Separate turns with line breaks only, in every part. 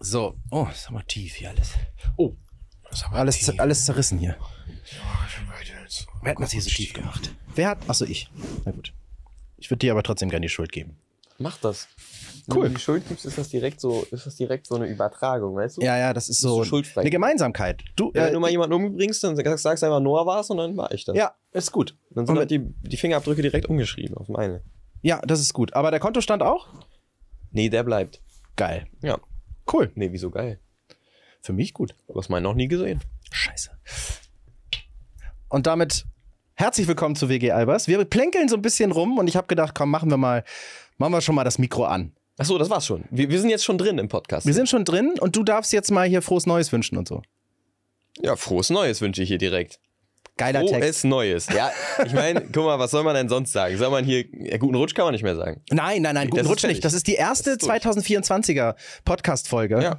So, oh, ist aber tief hier alles. Oh,
Das ist aber
alles,
tief.
zer- alles zerrissen hier.
Ja, ich möchte jetzt-
Wer hat das hier so tief gemacht? Wer hat. Achso, ich. Na gut. Ich würde dir aber trotzdem gerne die Schuld geben.
Mach das.
Cool.
Wenn du die Schuld gibst, ist das direkt so, ist das direkt so eine Übertragung, weißt du?
Ja, ja, das ist so
du schuldfrei.
eine Gemeinsamkeit. Du,
Ja, wenn
äh,
du mal jemanden umbringst, dann sagst sagst einfach, Noah war es und dann war ich das.
ja, ist gut.
Dann
Und
sind halt die, die Fingerabdrücke direkt umgeschrieben auf meine.
Ja, das ist gut. Aber der Kontostand auch?
Nee, der bleibt.
Geil.
Ja.
Cool.
Nee, wieso geil?
Für mich gut.
Du hast meinen noch nie gesehen.
Scheiße. Und damit herzlich willkommen zu WG Albers. Wir plänkeln so ein bisschen rum und ich habe gedacht, komm, machen wir mal, machen wir schon mal das Mikro an.
Achso, das war's schon. Wir, wir sind jetzt schon drin im Podcast.
Wir sind schon drin und du darfst jetzt mal hier frohes Neues wünschen und so.
ja, frohes Neues wünsche ich hier direkt.
Geiler Text.
Frohes Neues. Ja, ich meine, guck mal, was soll man denn sonst sagen? Soll man hier, ja, guten Rutsch kann man nicht mehr sagen.
Nein, nein, nein, guten
Das ist
Rutsch
fertig.
nicht. Das ist die erste
Das ist durch.
2024er Podcast-Folge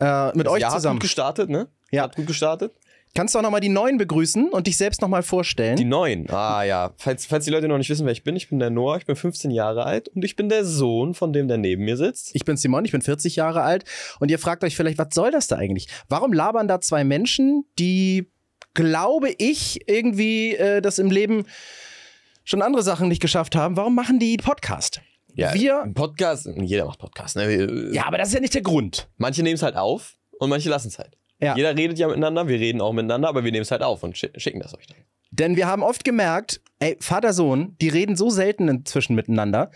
äh, mit
Das
euch
Jahr
zusammen.
Hat gut gestartet, ne?
Ja.
Hat gut gestartet.
Kannst du auch nochmal die Neuen begrüßen und dich selbst nochmal vorstellen?
Die Neuen. Ah ja. Falls, falls die Leute noch nicht wissen, wer ich bin, ich bin der Noah, ich bin 15 Jahre alt und ich bin der Sohn von dem, der neben mir sitzt.
Ich bin Simon, ich bin 40 Jahre alt und ihr fragt euch vielleicht, was soll das da eigentlich? Warum labern da zwei Menschen, die, glaube ich, irgendwie äh, das im Leben schon andere Sachen nicht geschafft haben? Warum machen die Podcast? wir,
ein Podcast, jeder macht Podcast. Ne? Wir-
ja, aber das ist ja nicht der Grund.
Manche nehmen es halt auf und manche lassen es halt.
Ja.
Jeder redet ja miteinander, wir reden auch miteinander, aber wir nehmen es halt auf und schi- schicken das euch dann.
Denn wir haben oft gemerkt, ey, Vater, Sohn, die reden so selten inzwischen miteinander.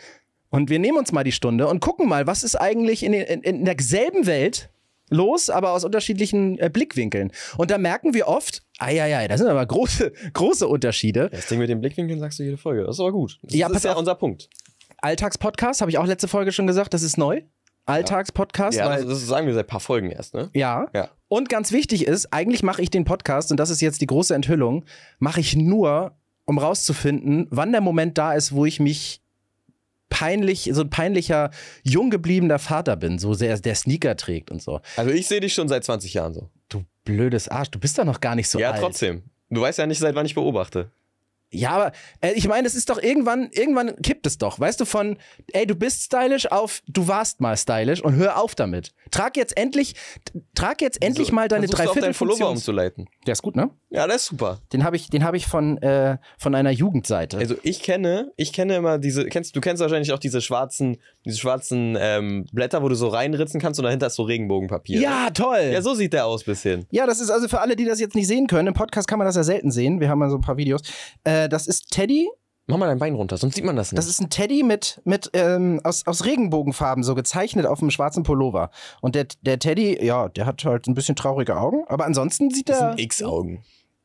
Und wir nehmen uns mal die Stunde und gucken mal, was ist eigentlich in, den- in, in derselben Welt los, aber aus unterschiedlichen äh, Blickwinkeln. Und da merken wir oft, eieiei, das sind aber große, große Unterschiede.
Das Ding mit dem Blickwinkeln sagst du jede Folge. Das ist aber gut. Das
Ja,
ist
pass
ja
auf.
unser Punkt.
Alltagspodcast, habe ich auch letzte Folge schon gesagt, das ist neu. Alltagspodcast,
Ja, das,
weil.
das sagen wir seit ein paar Folgen erst, ne?
Ja.
Ja.
Und ganz wichtig ist, eigentlich mache ich den Podcast, und das ist jetzt die große Enthüllung, mache ich nur, um rauszufinden, wann der Moment da ist, wo ich mich peinlich, so ein peinlicher, jung gebliebener Vater bin, so sehr der Sneaker trägt und so.
Also ich sehe dich schon seit 20 Jahren so.
Du blödes Arsch, du bist doch noch gar nicht so
ja,
alt.
trotzdem. Du weißt ja nicht, seit wann ich beobachte.
Ja, aber äh, ich meine, das ist doch irgendwann, irgendwann kippt es doch. Weißt du, von, ey, du bist stylisch auf, du warst mal stylisch und hör auf damit. Trag jetzt endlich, t- trag jetzt endlich
So,
mal deine
versuchst du auf deinen Pullover um.
Dreiviertelfunktion.
umzuleiten.
Der ist gut, ne?
Ja, das ist super.
Den habe ich, den hab ich von, äh, von einer Jugendseite.
Also ich kenne, ich kenne immer diese, kennst, du kennst wahrscheinlich auch diese schwarzen, diese schwarzen ähm, Blätter, wo du so reinritzen kannst und dahinter ist so Regenbogenpapier.
ja, toll!
Ja, so sieht der aus bisschen.
Ja, das ist also für alle, die das jetzt nicht sehen können. Im Podcast kann man das ja selten sehen. Wir haben ja so ein paar Videos. Äh, das ist Teddy.
Mach mal dein Bein runter, sonst sieht man das nicht.
Das ist ein Teddy mit, mit ähm, aus, aus Regenbogenfarben so gezeichnet auf einem schwarzen Pullover. Und der, der Teddy, ja, der hat halt ein bisschen traurige Augen. Aber ansonsten sieht
Das
er.
sind X-Augen.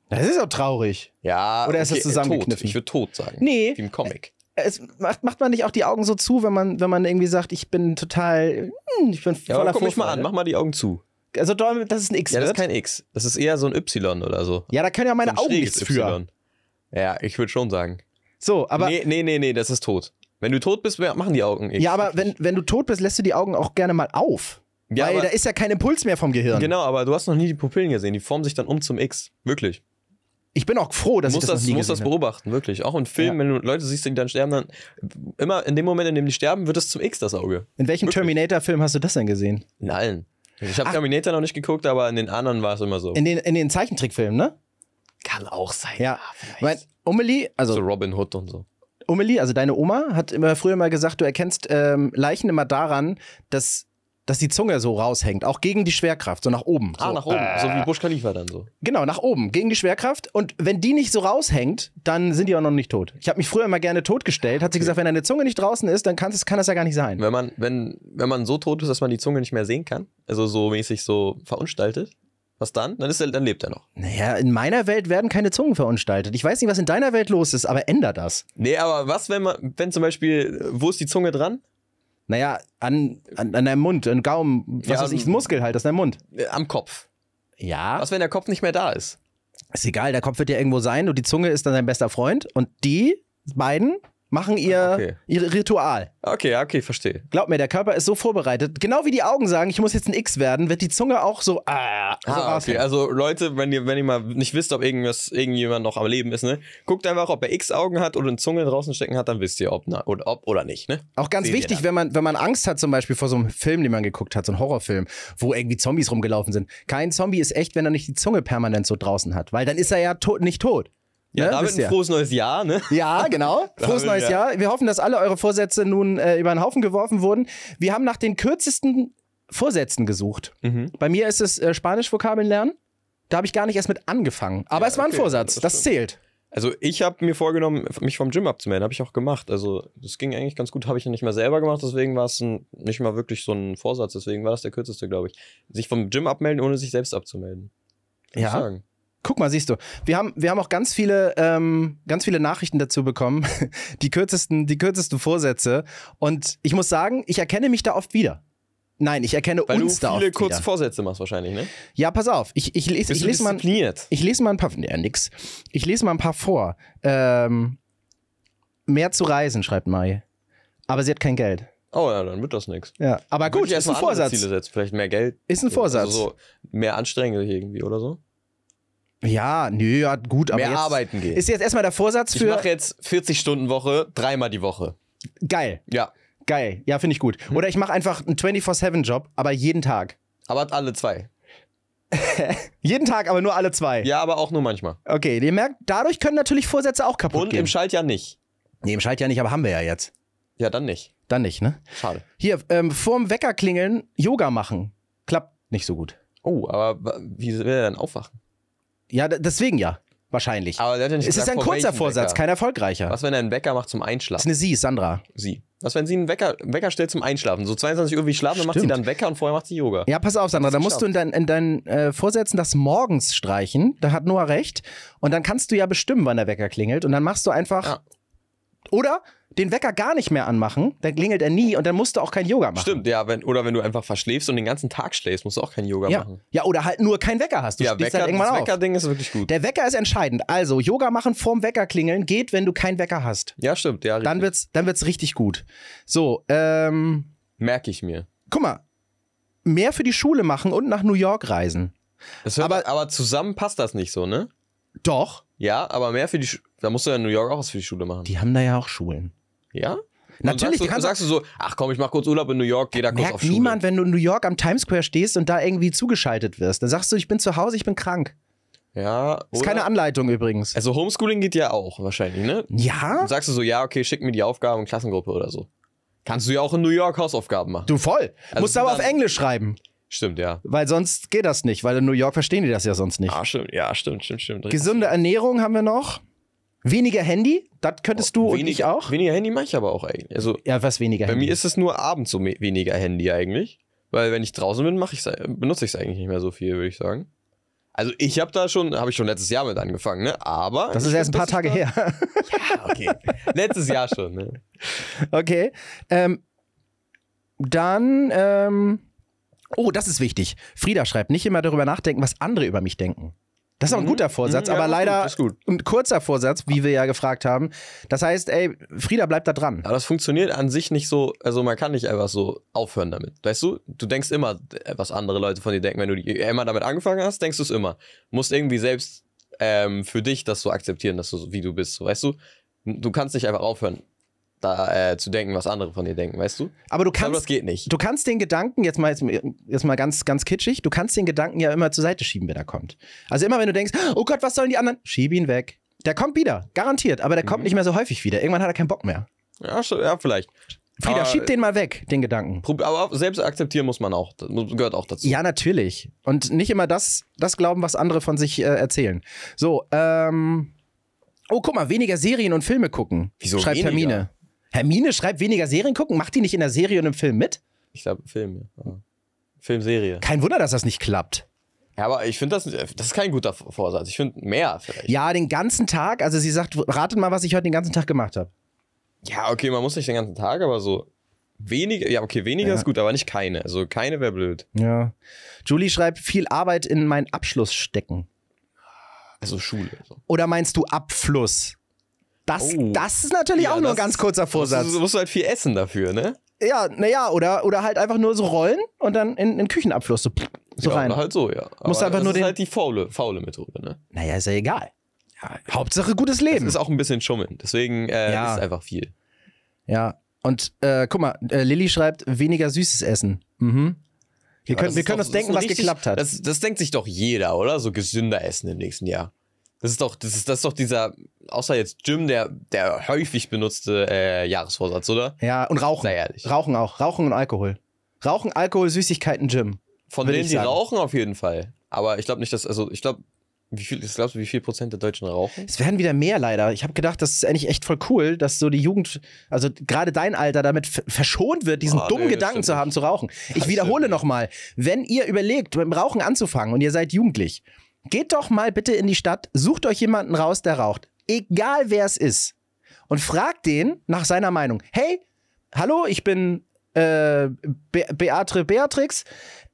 Das ist auch traurig.
Ja, äh,
Oder ist das
tot.
zusammengekniffen?
Ich würde tot sagen.
Nee.
Wie im Comic.
Es macht, macht man nicht auch die Augen so zu, wenn man, wenn man irgendwie sagt, ich bin total. hm, Ich bin
Ja,
voller
aber guck mich mal an,
Vorfreude.
mach mal die Augen zu.
Also, Däumel, das ist ein X.
Ja, das
wird.
ist kein ne? X. Das ist eher so ein Y oder so.
ja, da können ja meine
So ein
Augen
schräges
nichts für.
Y. Ja, ich würde schon sagen.
So, aber.
nee, nee, nee, nee, das ist tot. Wenn du tot bist, wer- machen die Augen X.
Ja, aber wenn, wenn du tot bist, lässt du die Augen auch gerne mal auf.
Ja,
weil
aber-
da ist ja kein Impuls mehr vom Gehirn.
Genau, aber du hast noch nie die Pupillen gesehen. Die formen sich dann um zum X. Wirklich.
Ich bin auch froh, dass
Du musst
ich das,
das,
noch nie
musst das
gesehen habe.
beobachten, wirklich. Auch in Filmen, wenn du Leute siehst, die dann sterben, dann immer in dem Moment, in dem die sterben, wird es zum X, das Auge.
In welchem
Wirklich.
Terminator-Film hast du das denn gesehen?
In allen. Ich habe
Ach.
Terminator noch nicht geguckt, aber in den anderen war es immer so.
In den, in den Zeichentrickfilmen, ne?
Kann auch sein.
Ja.
vielleicht.
Weil Umeli,
So
also
Robin Hood und so.
Umeli, also deine Oma, hat immer früher mal gesagt, du erkennst ähm, Leichen immer daran, dass, dass die Zunge so raushängt, auch gegen die Schwerkraft, so nach oben.
Ah,
so,
nach oben.
äh,
So wie Bush Khalifa dann so.
Genau, nach oben, gegen die Schwerkraft. Und wenn die nicht so raushängt, dann sind die auch noch nicht tot. Ich habe mich früher immer gerne totgestellt, hat sie gesagt, wenn deine Zunge nicht draußen ist, dann kann's- kann das ja gar nicht sein.
Wenn man, wenn, wenn man so tot ist, dass man die Zunge nicht mehr sehen kann, also so mäßig so verunstaltet, was dann? Dann, ist er, dann lebt er noch.
Naja, in meiner Welt werden keine Zungen verunstaltet. Ich weiß nicht, was in deiner Welt los ist, aber änder das.
Nee, aber was, wenn man, wenn zum Beispiel, äh, wo ist die Zunge dran?
Naja, an, an, an deinem Mund, an Gaumen, was
Ja,
weiß ich,
ähm,
Muskel halt, aus deinem Mund.
Äh, Am Kopf.
Ja,
Was, wenn der Kopf nicht mehr da ist?
ist egal, der Kopf wird ja irgendwo sein und die Zunge ist dann dein bester Freund und die beiden machen ihr,
Ah, Okay.
ihr Ritual.
Okay, ja, okay, verstehe.
Glaub mir, der Körper ist so vorbereitet. Genau wie die Augen sagen, ich muss jetzt ein X werden, wird die Zunge auch so. Ah, so
Ah, okay.
aushängen.
Also Leute, wenn ihr, wenn ihr mal nicht wisst, ob irgendwas, irgendjemand noch am Leben ist, ne? Guckt einfach, ob er X Augen hat oder eine Zunge draußen stecken hat, dann wisst ihr, ob, na, oder, ob oder nicht, ne?
Auch ganz
Seht ihr
wichtig,
dann.
wenn man, wenn man Angst hat, zum Beispiel vor so einem Film, den man geguckt hat, so einem Horrorfilm, wo irgendwie Zombies rumgelaufen sind. Kein Zombie ist echt, wenn er nicht die Zunge permanent so draußen hat, weil dann ist er ja tot, nicht tot.
Ja,
Ne,
damit
wisst
ein
ihr.
frohes neues Jahr, ne?
Ja, genau. Frohes
Damit,
neues
ja.
Jahr. Wir hoffen, dass alle eure Vorsätze nun äh, über den Haufen geworfen wurden. Wir haben nach den kürzesten Vorsätzen gesucht.
Mhm.
Bei mir ist es äh, Spanisch-Vokabeln lernen. Da habe ich gar nicht erst mit angefangen. Aber
Ja,
es war ein
okay.
Vorsatz.
Das
Das, zählt.
Also ich habe mir vorgenommen, mich vom Gym abzumelden, habe ich auch gemacht. Also das ging eigentlich ganz gut, habe ich ja nicht mal selber gemacht, deswegen war es ein, nicht mal wirklich so ein Vorsatz, deswegen war das der kürzeste, glaube ich. Sich vom Gym abmelden, ohne sich selbst abzumelden. Kann
Ja.
Ich sagen.
Guck mal, siehst du. Wir haben, wir haben auch ganz viele, ähm, ganz viele Nachrichten dazu bekommen. Die kürzesten, die kürzesten Vorsätze. Und ich muss sagen, ich erkenne mich da oft wieder. Nein, ich erkenne
Weil
uns
du
da
viele
oft
kurze
kurz wieder.
Vorsätze machst wahrscheinlich, ne?
Ja, pass auf. Ich, ich, lese,
Bist
ich
du
lese mal.
diszipliniert?
Ich lese mal ein paar, nee, nix. Ich lese mal ein paar vor. Ähm, mehr zu reisen, schreibt Mai. Aber sie hat kein Geld.
Oh ja, dann wird das nichts.
Ja. Aber Ah, gut,
Würde ich
ist ein
erstmal andere
Vorsatz.
Ziele setzen. Vielleicht mehr Geld.
Ist ein Vorsatz.
Also so mehr Anstrengung irgendwie oder so.
Ja, nö, ja, gut, aber. jetzt,
gehen.
Ist jetzt erstmal der Vorsatz
ich
für.
mache jetzt 40 Stunden Woche, dreimal die Woche.
Geil,
Ja,
geil. Ja, finde ich gut. Oder ich mache einfach einen 24-7-Job, aber jeden Tag.
aber alle zwei.
Jeden Tag, aber nur alle zwei.
Ja, aber auch nur manchmal.
Okay, ihr merkt, dadurch können natürlich Vorsätze auch kaputt
Und
gehen.
im Schaltjahr nicht.
nee, im Schaltjahr nicht, aber haben wir ja jetzt.
Ja, dann nicht.
Dann nicht, ne?
Schade.
Hier, ähm, vorm Wecker klingeln, Yoga machen. Klappt nicht so gut.
Oh, aber wa- wie will er dann aufwachen?
Ja, d- deswegen ja. Wahrscheinlich.
Aber der hat ja nicht
Es ist
gesagt,
ein
vor
kurzer
welchem
Vorsatz,
Wecker.
kein erfolgreicher.
Was, wenn er einen Wecker macht zum
Das ist
Einschlafen?
eine Sie, Sandra.
Sie. Was, wenn sie einen Wecker, Wecker stellt zum Einschlafen? So 22 Uhr will ich schlafen, dann macht sie
Stimmt.
dann einen Wecker und vorher macht sie Yoga.
Ja, pass auf, Sandra, da musst du in, dein, in deinen äh, Vorsätzen das morgens streichen. Da hat Noah recht. Und dann kannst du ja bestimmen, wann der Wecker klingelt. Und dann machst du einfach.
Ja.
Oder den Wecker gar nicht mehr anmachen, dann klingelt er nie und dann musst du auch kein Yoga machen.
Stimmt, ja. Wenn, oder wenn du einfach verschläfst und den ganzen Tag schläfst, musst du auch kein Yoga
Ja.
machen.
ja, oder halt nur kein Wecker hast. Du
ja,
stehst
Wecker,
halt irgendwann
das
auf.
Wecker-Ding ist wirklich gut.
Der Wecker ist entscheidend. Also, Yoga machen vorm Wecker klingeln geht, wenn du keinen Wecker hast.
Ja, stimmt, ja.
Dann wird's, dann wird's richtig gut. So, ähm,
Merke ich mir.
guck mal, mehr für die Schule machen und nach New York reisen.
Das hört,
Aber-
aber, zusammen passt das nicht so, ne?
Doch,
Ja, aber mehr für die Schu Da musst du ja in New York auch was für die Schule machen.
die haben da ja auch Schulen.
ja?
Natürlich,
Und
du kannst
sagst, du, sagst du so, ach komm, ich mach kurz Urlaub in New York, geh da kurz auf
Merkt
Schule.
niemand, wenn du in New York am Times Square stehst und da irgendwie zugeschaltet wirst. Dann sagst du, ich bin zu Hause, ich bin krank.
Ja,
Ist
oder?
keine Anleitung übrigens.
Also Homeschooling geht ja auch wahrscheinlich, ne?
ja?
Dann sagst du so, ja, okay, schick mir die Aufgaben in Klassengruppe oder so. Kannst du ja auch in New York Hausaufgaben machen.
Du voll.
Also
Musst aber auf
dann-
Englisch schreiben,
Stimmt, ja.
weil sonst geht das nicht, weil in New York verstehen die das ja sonst nicht.
Ah, stimmt, ja, stimmt, stimmt, stimmt.
Gesunde Ernährung haben wir noch. Weniger Handy, das könntest du und ich
Oh, Weniger-
auch.
Weniger Handy mache ich aber auch eigentlich. Also
Ja, was weniger
Bei
Handy.
mir ist es nur abends so me- weniger Handy eigentlich. Weil wenn ich draußen bin, mach ich's, äh, benutze ich es eigentlich nicht mehr so viel, würde ich sagen. Also ich habe da schon, habe ich schon letztes Jahr mit angefangen, ne? Aber.
das ist erst ein paar Tage her.
her. Ah, Okay. letztes Jahr schon, ne?
Okay. Ähm, dann, ähm, oh, das ist wichtig. Frieda schreibt, nicht immer darüber nachdenken, was andere über mich denken. Das ist auch ein
Mhm.
guter Vorsatz,
Mhm, ja,
aber
ist
leider
gut, ist gut.
ein kurzer Vorsatz, wie wir ja gefragt haben. Das heißt, ey, Frieda bleibt da dran.
Aber das funktioniert an sich nicht so, also man kann nicht einfach so aufhören damit. Weißt du, du denkst immer, äh, was andere Leute von dir denken. Wenn du die- äh, immer damit angefangen hast, denkst du es immer. Musst irgendwie selbst ähm, für dich das so akzeptieren, dass du so- wie du bist, so, weißt du? Du kannst nicht einfach aufhören, da äh, zu denken, was andere von dir denken, weißt du?
Aber du
Ich glaube, das
kannst,
geht nicht.
du kannst den Gedanken, jetzt mal, jetzt, jetzt mal ganz, ganz kitschig, du kannst den Gedanken ja immer zur Seite schieben, wenn er kommt. Also immer, wenn du denkst, oh Gott, was sollen die anderen? Schieb ihn weg. Der kommt wieder, garantiert, aber der kommt
Mhm.
nicht mehr so häufig wieder. Irgendwann hat er keinen Bock mehr.
Ja, schon, ja vielleicht.
Frieda,
Aber-
schieb den mal weg, den Gedanken.
Prob- Aber auch selbst akzeptieren muss man auch. Das muss- gehört auch dazu.
Ja, natürlich. Und nicht immer das, das glauben, was andere von sich äh, erzählen. So, ähm. Oh, guck mal, weniger Serien und Filme gucken.
Wieso
Schreibt
weniger?
Hermine. Hermine schreibt weniger Serien gucken? Macht die nicht in der Serie und im Film mit?
Ich glaube, Film, ja. ja. Filmserie.
Kein Wunder, dass das nicht klappt.
Ja, aber ich finde, das, das ist kein guter Vorsatz. Ich finde mehr vielleicht.
Ja, den ganzen Tag, also sie sagt, ratet mal, was ich heute den ganzen Tag gemacht habe.
Ja, okay, man muss nicht den ganzen Tag, aber so weniger. Ja, okay, weniger
Ja.
ist gut, aber nicht keine. Also keine wäre blöd.
Ja. Julie schreibt, viel Arbeit in meinen Abschluss stecken.
Also Schule. So.
Oder meinst du Abfluss? Das,
Oh.
das ist natürlich
Ja,
auch nur ein
das-
ganz kurzer Vorsatz.
Musst du musst du halt viel essen dafür, ne?
Ja, naja, oder, oder halt einfach nur so rollen und dann in, in den Küchenabfluss so, so
ja,
rein.
oder halt so, ja. Aber
Musst du einfach
das
nur
ist
den-
halt die faule, faule Methode, ne?
Naja, ist ja egal. Hauptsache gutes Leben.
Das ist auch ein bisschen schummeln. Deswegen äh,
Ja.
ist einfach viel.
Ja, und äh, guck mal, äh, Lilly schreibt, weniger süßes Essen. Mhm. Wir
Ja,
können,
das
wir können
ist doch-
uns
das
denken,
ist
was
richtig-
geklappt hat.
Das, das denkt sich doch jeder, oder? So gesünder essen im nächsten Jahr. Das ist doch, das ist, das ist doch dieser, außer jetzt Jim, der, der häufig benutzte äh, Jahresvorsatz, oder?
ja, und Rauchen.
Sei ehrlich.
Rauchen auch. Rauchen und Alkohol. Rauchen, Alkohol, Süßigkeiten, Gym.
Von
würd
denen,
ich
die
sagen.
rauchen, auf jeden Fall. Aber ich glaube nicht, dass, also ich glaube, wie viel, das glaubst du, wie viel Prozent der Deutschen rauchen?
Es werden wieder mehr leider. Ich habe gedacht, das ist eigentlich echt voll cool, dass so die Jugend, also gerade dein Alter, damit ver- verschont wird, diesen
Ah,
dummen
nee, das
Gedanken
stimmt
zu haben,
nicht.
zu rauchen. Ich
Das
wiederhole
stimmt nicht.
nochmal, wenn ihr überlegt, mit dem Rauchen anzufangen und ihr seid jugendlich, geht doch mal bitte in die Stadt, sucht euch jemanden raus, der raucht. Egal wer es ist. Und fragt den nach seiner Meinung. Hey, hallo, ich bin äh, Be Beatre Beatrix.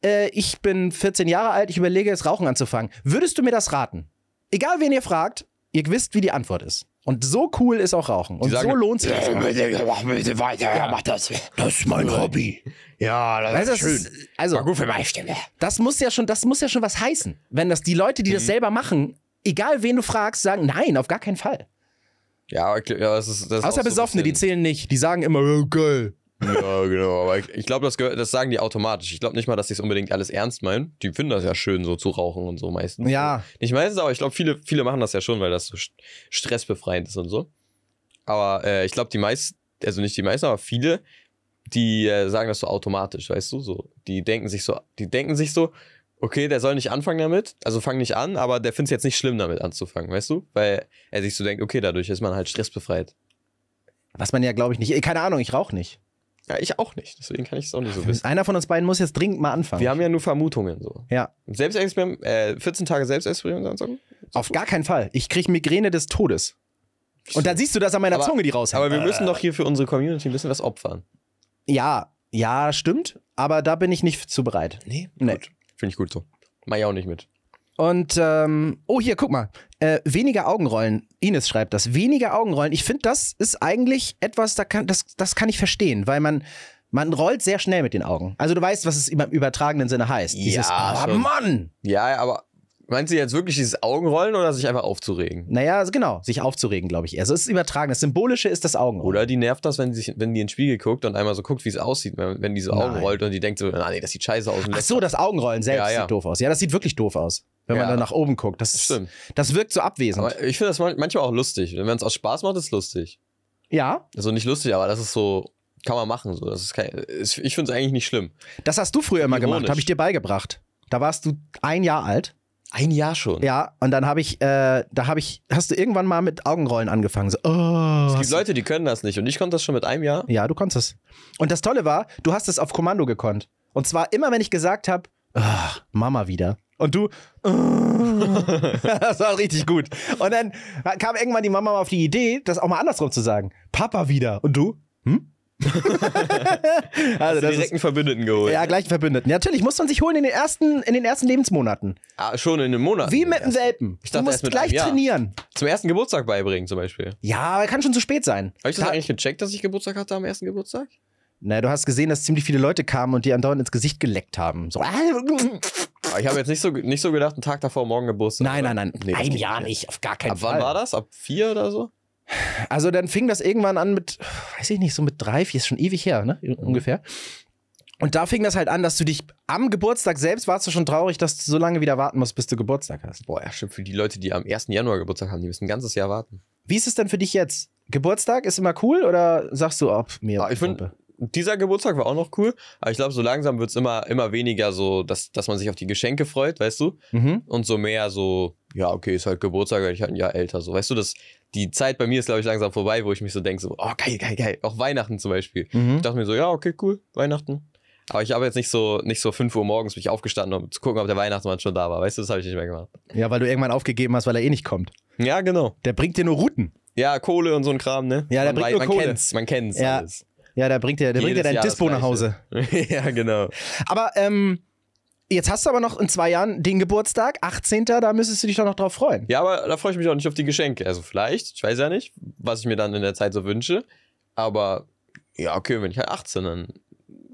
Äh, ich bin 14 Jahre alt, ich überlege jetzt Rauchen anzufangen. Würdest du mir das raten? Egal wen ihr fragt, ihr wisst, wie die Antwort ist. Und so cool ist auch Rauchen. Und
Die sagen-
so lohnt sich das. auch.
äh, Bitte, mach bitte weiter, ja. mach das. Das ist mein Hobby. Ja, das
Weißt du,
ist
das
schön.
ist, also,
War gut für meine Stimme.
das muss ja schon, das muss ja schon was heißen. Wenn das die Leute, die
Mhm.
das selber machen, egal wen du fragst, sagen, nein, auf gar keinen Fall.
Ja, aber ich glaub- ja, das ist, das ist
Außer
auch so ein
Besoffene, die
bisschen-
zählen nicht. Die sagen immer, oh, geil.
Ja, genau. Aber ich, ich glaube, das, gehört- das sagen die automatisch. Ich glaube nicht mal, dass die es unbedingt alles ernst meinen. Die finden das ja schön, so zu rauchen und so meistens.
Ja.
Nicht meistens, aber ich glaube, viele, viele machen das ja schon, weil das so st- stressbefreiend ist und so. Aber äh, ich glaube, die meisten, also nicht die meisten, aber viele, die äh, sagen das so automatisch, weißt du? So, die denken sich so, die denken sich so, okay, der soll nicht anfangen damit, also fang nicht an, aber der findet es jetzt nicht schlimm, damit anzufangen, weißt du? Weil er sich so denkt, okay, dadurch ist man halt stressbefreit.
Was man ja, glaube ich, nicht. äh, Keine Ahnung, ich rauche nicht.
Ja, ich auch nicht, deswegen kann ich es auch nicht so wissen.
Einer von uns beiden muss jetzt dringend mal anfangen.
Wir haben ja nur Vermutungen so.
Ja.
Selbstexperiment, äh, 14 Tage Selbstexperiment und so.
Auf gar keinen Fall. Ich kriege Migräne des Todes. Und dann siehst du das an meiner
Aber-
Zunge, die raushängt.
Aber wir müssen doch hier für unsere Community ein bisschen was opfern.
Äh, Ja, ja, stimmt. Aber da bin ich nicht zu bereit.
Nee,
Nee.
Gut. Finde ich gut so. Mach ich auch nicht mit.
Und, ähm, oh, hier, guck mal. Äh, weniger Augenrollen. Ines schreibt das. Weniger Augenrollen. Ich finde, das ist eigentlich etwas, da kann, das, das kann ich verstehen, weil man, man rollt sehr schnell mit den Augen. Also, du weißt, was es im übertragenen Sinne heißt. Dieses,
Ja,
oh,
schon.
Mann!
Ja, aber meinst du jetzt wirklich dieses Augenrollen oder sich einfach aufzuregen?
Naja, also genau, sich aufzuregen, glaube ich eher. Also, es ist übertragen. Das Symbolische ist das Augenrollen.
Oder die nervt das, wenn, sie sich, wenn die in den Spiegel guckt und einmal so guckt, wie es aussieht, wenn wenn die so Augen
Nein.
rollt und die denkt so, ah nee, das sieht scheiße aus. und
Ach
lässt
so, das Augenrollen selbst
Ja, ja.
sieht doof aus. Ja, das sieht wirklich doof aus, wenn man
Ja.
dann nach oben guckt. Das,
das.
ist-
Stimmt.
das wirkt so abwesend.
Aber ich finde das man- manchmal auch lustig. Wenn es aus Spaß macht, ist es lustig.
ja,
Also nicht lustig, aber das ist so, kann man machen. So. Das ist kein, ist- ich finde es eigentlich nicht schlimm.
das hast du früher immer gemacht,
Ironisch.
habe ich dir beigebracht. Da warst du ein Jahr alt.
Ein Jahr schon.
Ja, und dann habe ich, äh, da habe ich, hast du irgendwann mal mit Augenrollen angefangen. So, oh,
Es
hast
gibt
du-
Leute, die können das nicht. Und ich konnte das schon mit einem Jahr.
Ja, du konntest es. Und das Tolle war, du hast es auf Kommando gekonnt. Und zwar immer, wenn ich gesagt habe, Mama wieder. Und du, ah. das war richtig gut. Und dann kam irgendwann die Mama mal auf die Idee, das auch mal andersrum zu sagen. Papa wieder. Und du, hm? also das
Also direkt
ist,
einen Verbündeten geholt.
ja, gleich einen Verbündeten. Ja, natürlich muss man sich holen in den ersten, in den ersten Lebensmonaten.
Ah, schon in einem Monat.
Wie mit einem Welpen.
Ich
du
dachte
musst
erst mit
gleich
einem Jahr.
trainieren.
Zum ersten Geburtstag beibringen zum Beispiel.
Ja, aber kann schon zu spät sein.
Habe ich das
Da-
eigentlich gecheckt, dass ich Geburtstag hatte am ersten Geburtstag?
Na, du hast gesehen, dass ziemlich viele Leute kamen und die andauernd ins Gesicht geleckt haben. So.
Aber Ah, ich habe jetzt nicht so, nicht so gedacht, einen Tag davor, morgen Geburtstag.
Nein, nein, nein.
Nee,
ein
das
Jahr nicht, auf gar keinen
Ab
Fall.
wann war das? Ab vier oder so?
Also dann fing das irgendwann an mit, weiß ich nicht, so mit drei, vier, ist schon ewig her, ne?
Mhm.
Ungefähr. Und da fing das halt an, dass du dich am Geburtstag selbst warst du schon traurig, dass du so lange wieder warten musst, bis du Geburtstag hast.
Boah, ja, stimmt. Für die Leute, die am 1. Januar Geburtstag haben, die müssen ein ganzes Jahr warten.
Wie ist es denn für dich jetzt? Geburtstag ist immer cool oder sagst du, ob mir?
Ah, ich find-
Pumpe?
Dieser Geburtstag war auch noch cool, aber ich glaube, so langsam wird es immer, immer weniger so, dass, dass man sich auf die Geschenke freut, weißt du?
mhm.
Und so mehr so, ja, okay, ist halt Geburtstag, weil ich halt ein Jahr älter. So, weißt du, das, die Zeit bei mir ist, glaube ich, langsam vorbei, wo ich mich so denke, so, oh, geil, geil, geil. Auch Weihnachten zum Beispiel.
Mhm.
Ich dachte mir so, ja, okay, cool, Weihnachten. Aber ich habe jetzt nicht so, nicht so 5 Uhr morgens mich aufgestanden, um zu gucken, ob der Weihnachtsmann schon da war. Weißt du, das habe ich nicht mehr gemacht.
Ja, weil du irgendwann aufgegeben hast, weil er eh nicht kommt.
Ja, genau.
Der bringt dir nur Routen.
Ja, Kohle und so ein Kram, ne?
Ja, der
man
bringt
wei-
nur
man
Kohle.
Kennt's, man kennt's
Ja.
alles.
Ja, der bringt dir, der bringt dir
Jedes
dein
Jahr das
Dispo nach
Gleiche.
Hause.
ja, genau.
Aber ähm, jetzt hast du aber noch in zwei Jahren den Geburtstag, 18. Da müsstest du dich doch noch drauf freuen.
Ja, aber da freue ich mich auch nicht auf die Geschenke. Also vielleicht, ich weiß ja nicht, was ich mir dann in der Zeit so wünsche. Aber ja, okay, wenn ich halt 18, dann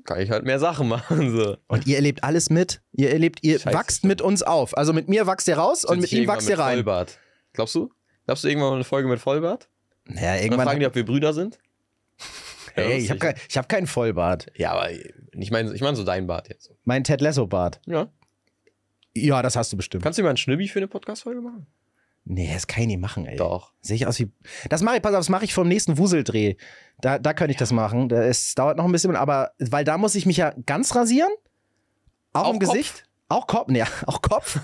kann ich halt mehr Sachen machen. So.
Und ihr erlebt alles mit. Ihr erlebt, ihr
Scheiße,
wachst mit uns auf. Also mit mir wachst ihr raus und mit
Sitze ich
ihm
irgendwann
wachst ihr rein.
Vollbart. Glaubst du? Glaubst du irgendwann mal eine Folge mit Vollbart?
Naja,
Und dann fragen
irgendwann.
die, ob wir Brüder sind? Ja,
Ey, ich
lustig.
habe kein, ich hab keinen Vollbart.
Ja, aber ich meine ich mein so dein Bart jetzt.
Mein Ted Lasso-Bart.
Ja.
Ja, das hast du bestimmt.
Kannst du mir mal einen Schnibbi für eine Podcast-Folge machen?
Nee, das kann ich nicht machen, ey.
Doch.
Sehe ich aus wie. Das mache ich, pass auf, das mache ich vom nächsten Wuseldreh. Da, da könnte ich das machen. Da- Es dauert noch ein bisschen, aber weil da muss ich mich ja ganz rasieren. Auch
Auch
im
Kopf?
Gesicht. Auch Kopf, nee, auch Kopf.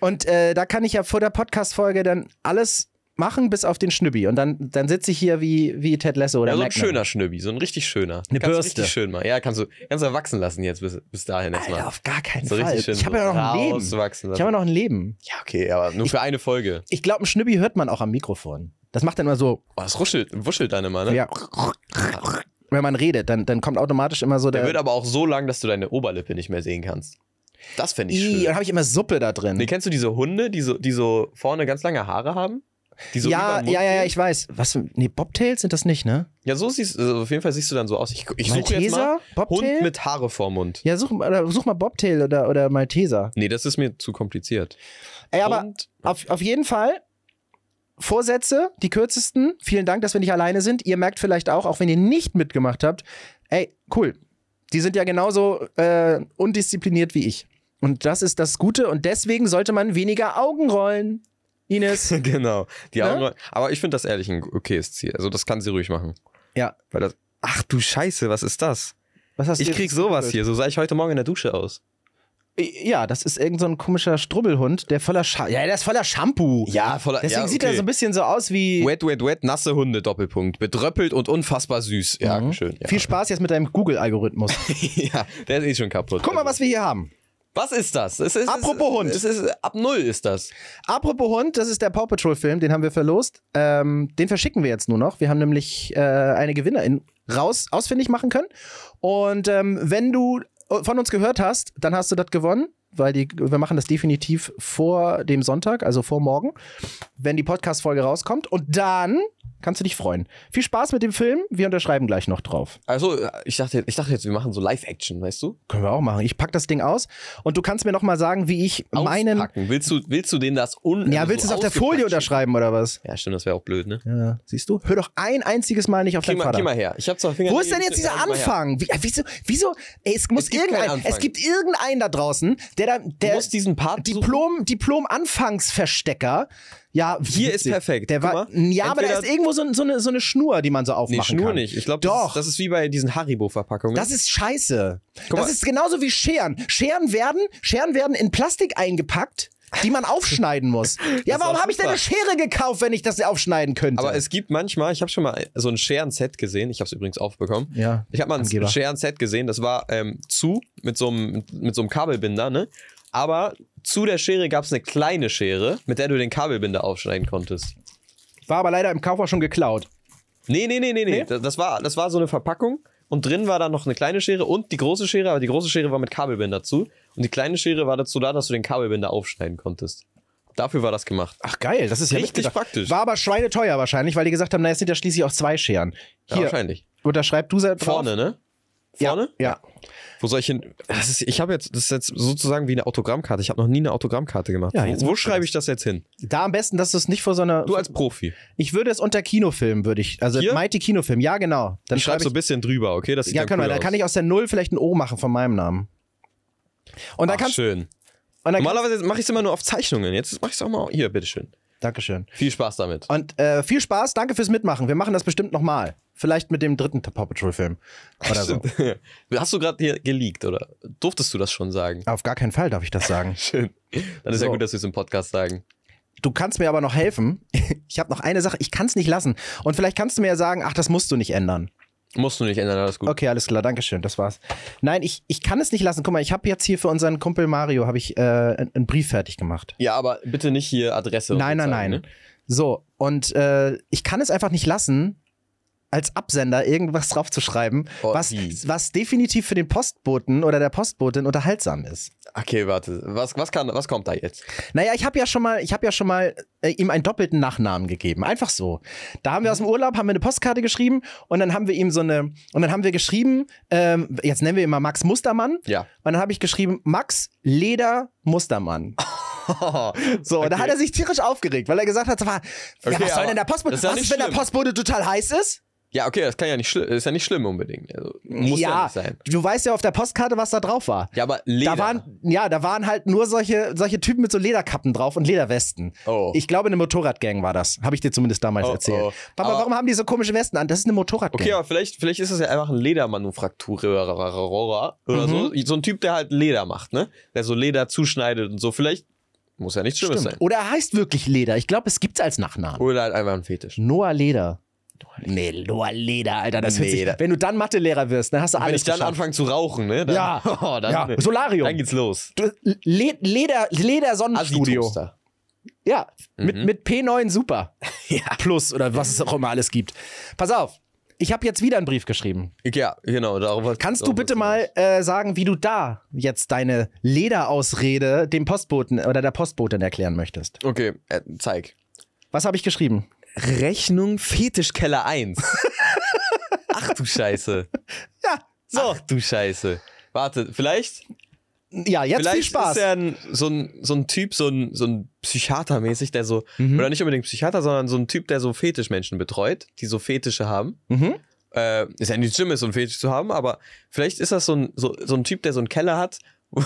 Und äh, da kann ich ja vor der Podcast-Folge dann alles machen, bis auf den Schnübbi. Und dann, dann sitze ich hier wie, wie Ted Lasso oder
Ja, so ein
Magnum.
schöner Schnibbi, so ein richtig schöner.
Eine
kannst du
Bürste.
Richtig schön mal. Ja, kannst du kannst du wachsen lassen jetzt bis, bis dahin erstmal.
Alter, auf gar keinen
so
Fall.
richtig schön
Ich habe ja noch ein Leben. Ich
rauswachsen
habe ja
lassen.
noch ein Leben.
Ja, okay, aber nur für eine Folge.
Ich glaube, ein Schnübbi hört man auch am Mikrofon. Das macht dann immer so,
Oh, das ruschelt, wuschelt dann immer, ne?
ja. Wenn man redet, dann, dann kommt automatisch immer so
Der
der.
wird aber auch so lang, dass du deine Oberlippe nicht mehr sehen kannst. Das fände ich
Ih,
schön.
dann habe ich immer Suppe da drin.
Nee, kennst du diese Hunde, die so, die so vorne ganz lange Haare haben? Die so
ja,
überm Mund
ja, ja, ja,
gehen?
ich weiß. Was? für- Nee, Bobtails sind das nicht, ne?
Ja, so siehst du, also auf jeden Fall siehst du dann so aus. Ich, ich suche jetzt mal
Malteser? Bobtail?
Hund mit Haare vorm Mund.
ja, such, oder, such mal Bobtail oder, oder Malteser.
Nee, das ist mir zu kompliziert.
Ey, aber
Und
auf, auf jeden Fall. Vorsätze, die kürzesten. Vielen Dank, dass wir nicht alleine sind. Ihr merkt vielleicht auch, auch wenn ihr nicht mitgemacht habt, ey, cool. Die sind ja genauso äh, undiszipliniert wie ich. Und das ist das Gute. Und deswegen sollte man weniger Augen rollen. Ines.
genau. Die
Ne?
Augenbrauen- Aber ich finde das ehrlich ein okayes Ziel. Also das kann sie ruhig machen.
Ja.
Weil das. Ach du Scheiße, was ist das?
Was hast
Ich
jetzt
krieg sowas
gehört?
hier. So sah ich heute Morgen in der Dusche aus.
Ja, das ist irgend so ein komischer Strubbelhund, der voller Scha ja, der ist voller Shampoo.
Ja, voller.
Deswegen sieht er so ein bisschen so aus wie
Wet, wet, wet, nasse Hunde, Doppelpunkt. Bedröppelt und unfassbar süß. Ja,
Mhm.
schön. Ja.
Viel Spaß jetzt mit deinem Google Algorithmus.
ja, der ist eh schon kaputt.
Guck mal, was wir hier haben.
Was ist das? Es ist,
Apropos Hund.
Es ist, ab null ist das.
Apropos Hund, das ist der Paw Patrol Film, den haben wir verlost. Ähm, den verschicken wir jetzt nur noch. Wir haben nämlich äh, eine Gewinnerin raus ausfindig machen können. Und ähm, wenn du von uns gehört hast, dann hast du das gewonnen, weil die, wir machen das definitiv vor dem Sonntag, also vor morgen, wenn die Podcast Folge rauskommt. Und dann kannst du dich freuen. Viel Spaß mit dem Film. Wir unterschreiben gleich noch drauf.
Also, ich dachte, ich dachte jetzt, wir machen so Live-Action, weißt du?
Können wir auch machen. Ich pack das Ding aus und du kannst mir noch mal sagen, wie ich meinen.
Auspacken. Willst du, willst du denen das un.
Ja,
also
willst du
so
es auf der Folie
ausgepackt schicken?
unterschreiben oder was?
Ja, stimmt, das wäre auch blöd, ne?
Ja, siehst du? Hör doch ein einziges Mal nicht auf
Geh
deinen
mal, geh
Vater.
mal her. Ich hab zwar Finger
Wo ist denn
neben-
jetzt dieser
Geh mal her.
Anfang? Wie, äh, wieso? wieso ey, es muss
Es gibt keinen
irgendein,
Anfang.
es gibt irgendeinen da draußen, der da,
Du
der
musst diesen Part. suchen.
Diplom, Diplom Anfangsverstecker. Ja,
Hier ist
witzig.
perfekt.
Der
Guck
war,
mal.
ja, aber da
Entweder-
ist irgendwo so, so, eine, so eine Schnur, die man so
Nee,
aufmachen
Schnur
kann.
nicht. Ich glaube, das,
Doch.
ist- das ist wie bei diesen Haribo-Verpackungen.
Das ist scheiße.
Guck
das
mal.
ist genauso wie Scheren. Scheren werden, Scheren werden in Plastik eingepackt, die man aufschneiden muss. Ja,
Das
warum
war
habe ich denn
super.
eine Schere gekauft, wenn ich das aufschneiden könnte?
aber es gibt manchmal, ich habe schon mal so ein Scheren-Set gesehen, ich habe es übrigens aufbekommen.
ja,
Ich habe mal ein
Angeber.
Scheren-Set gesehen, das war ähm, zu mit so einem mit so einem Kabelbinder, ne? Aber zu der Schere gab es eine kleine Schere, mit der du den Kabelbinder aufschneiden konntest.
war aber leider im Kauf auch schon geklaut.
Nee, nee, nee, nee, nee. Das, das, war, das war so eine Verpackung und drin war dann noch eine kleine Schere und die große Schere, aber die große Schere war mit Kabelbinder zu und die kleine Schere war dazu da, dass du den Kabelbinder aufschneiden konntest. Dafür war das gemacht.
Ach geil, das ist ja
Richtig
mitgedacht.
praktisch.
War aber schweineteuer wahrscheinlich, weil die gesagt haben, na, jetzt sind ja schließlich auch zwei Scheren.
Ja,
Hier,
wahrscheinlich.
unterschreib du selbst
Vorne, ne?
Ja,
Vorne?
Ja.
Wo soll ich hin? Das ist, ich habe jetzt, das ist jetzt sozusagen wie eine Autogrammkarte. Ich habe noch nie eine Autogrammkarte gemacht.
Ja,
Wo-
jetzt
wo
machst du
schreibe ich das jetzt hin?
Da am besten, dass du es nicht vor so einer.
Du als Profi.
ich würde es unter Kinofilm, würde ich. Also
Hier?
Mighty Kinofilm, ja, genau. Dann
ich schreibe
schreib
so ein bisschen drüber, okay? Das sieht
Ja,
dann
können
cool
wir. Da
aus.
kann ich aus der Null vielleicht ein O machen von meinem Namen. Und da
Ach,
kannst
schön.
und da kannst,
Normalerweise mache ich es immer nur auf Zeichnungen. Jetzt mache ich es auch mal hier, bitteschön.
Dankeschön.
Viel Spaß damit.
Und äh, viel Spaß, danke fürs Mitmachen. Wir machen das bestimmt nochmal. Vielleicht mit dem dritten Paw Patrol Film. Oder so.
Stimmt. Hast du gerade hier geleakt oder durftest du das schon sagen?
Auf gar keinen Fall darf ich das sagen.
Schön. Dann ist
So.
ja gut, dass wir es im Podcast sagen.
Du kannst mir aber noch helfen. Ich habe noch eine Sache, ich kann es nicht lassen. Und vielleicht kannst du mir ja sagen, ach, das musst du nicht ändern.
Musst du nicht ändern, alles gut.
Okay, alles klar, Dankeschön, das war's. Nein, ich, ich kann es nicht lassen. Guck mal, ich habe jetzt hier für unseren Kumpel Mario habe ich äh, einen einen Brief fertig gemacht.
Ja, aber bitte nicht hier Adresse. und
Nein,
so ne?
nein,
zeigen,
nein. So, und äh, ich kann es einfach nicht lassen, als Absender irgendwas draufzuschreiben,
Oh,
was,
die.
was definitiv für den Postboten oder der Postbotin unterhaltsam ist.
ne? Okay, warte. Was, was, kann, was kommt da jetzt?
Naja, ich habe ja schon mal, ich habe ja schon mal äh, ihm einen doppelten Nachnamen gegeben, einfach so. Da haben wir
Mhm.
aus dem Urlaub haben wir eine Postkarte geschrieben und dann haben wir ihm so eine und dann haben wir geschrieben, ähm, jetzt nennen wir ihn mal Max Mustermann und
Ja.
dann habe ich geschrieben Max Leder Mustermann. So, und da
Okay.
hat er sich tierisch aufgeregt, weil er gesagt hat, so, ja,
Okay,
was soll
aber
denn der Postbote?
das ist ja
Was
nicht
ist, wenn der
schlimm.
Postbote total heiß ist?
ja, okay, das kann ja nicht schlimm, ist ja nicht schlimm unbedingt. Also, muss ja. nicht sein.
du weißt ja auf der Postkarte, was da drauf war.
Ja, aber Leder.
Da waren, ja, da waren halt nur solche, solche Typen mit so Lederkappen drauf und Lederwesten.
Oh.
Ich glaube, eine Motorradgang war das. Habe ich dir zumindest damals
Oh,
erzählt.
oh.
Papa,
Aber-
warum haben die so komische Westen an? Das ist eine Motorradgang.
Okay, aber vielleicht, vielleicht ist es ja einfach ein Ledermanufakturierer oder
Mhm.
so. So ein Typ, der halt Leder macht, ne? Der so Leder zuschneidet und so. Vielleicht muss ja nichts Schlimmes
Stimmt.
sein.
Oder er heißt wirklich Leder. Ich glaube, es gibt's als Nachnamen.
Oder halt einfach ein Fetisch.
Noah Leder. Nee, Noah Leder, Alter. Das hört
Leder.
Sich, wenn du dann Mathelehrer wirst, dann hast du
Wenn
alles
ich dann
geschafft.
anfange zu rauchen, ne? Dann,
Ja.
oh, dann,
ja, Solarium.
dann geht's los.
Du- Le Leder, Leder Sonnenstudio.
Assi-Toaster. Mhm.
Ja, mit, mit P9 Super. Plus oder was es auch immer alles gibt. Pass auf, ich habe jetzt wieder einen Brief geschrieben.
Ja, genau. Darüber,
Kannst du
darum
bitte
wird's
mal äh, sagen, wie du da jetzt deine Lederausrede dem Postboten oder der Postbotin erklären möchtest?
gehen. Okay, äh, zeig.
Was habe ich geschrieben?
Rechnung Fetischkeller 1. Ach du Scheiße.
Ja, so.
Ach du Scheiße. Warte, vielleicht
Ja, jetzt
Vielleicht
viel Spaß.
ist er ein, so, ein, so ein Typ, so ein, so ein Psychiater mäßig, der so,
Mhm.
oder nicht unbedingt Psychiater, sondern so ein Typ, der so Fetischmenschen betreut, die so Fetische haben.
mhm.
Äh, ist ja nicht schlimm, so ein Fetisch zu haben, aber vielleicht ist das so ein, so, so ein Typ, der so einen Keller hat, wo,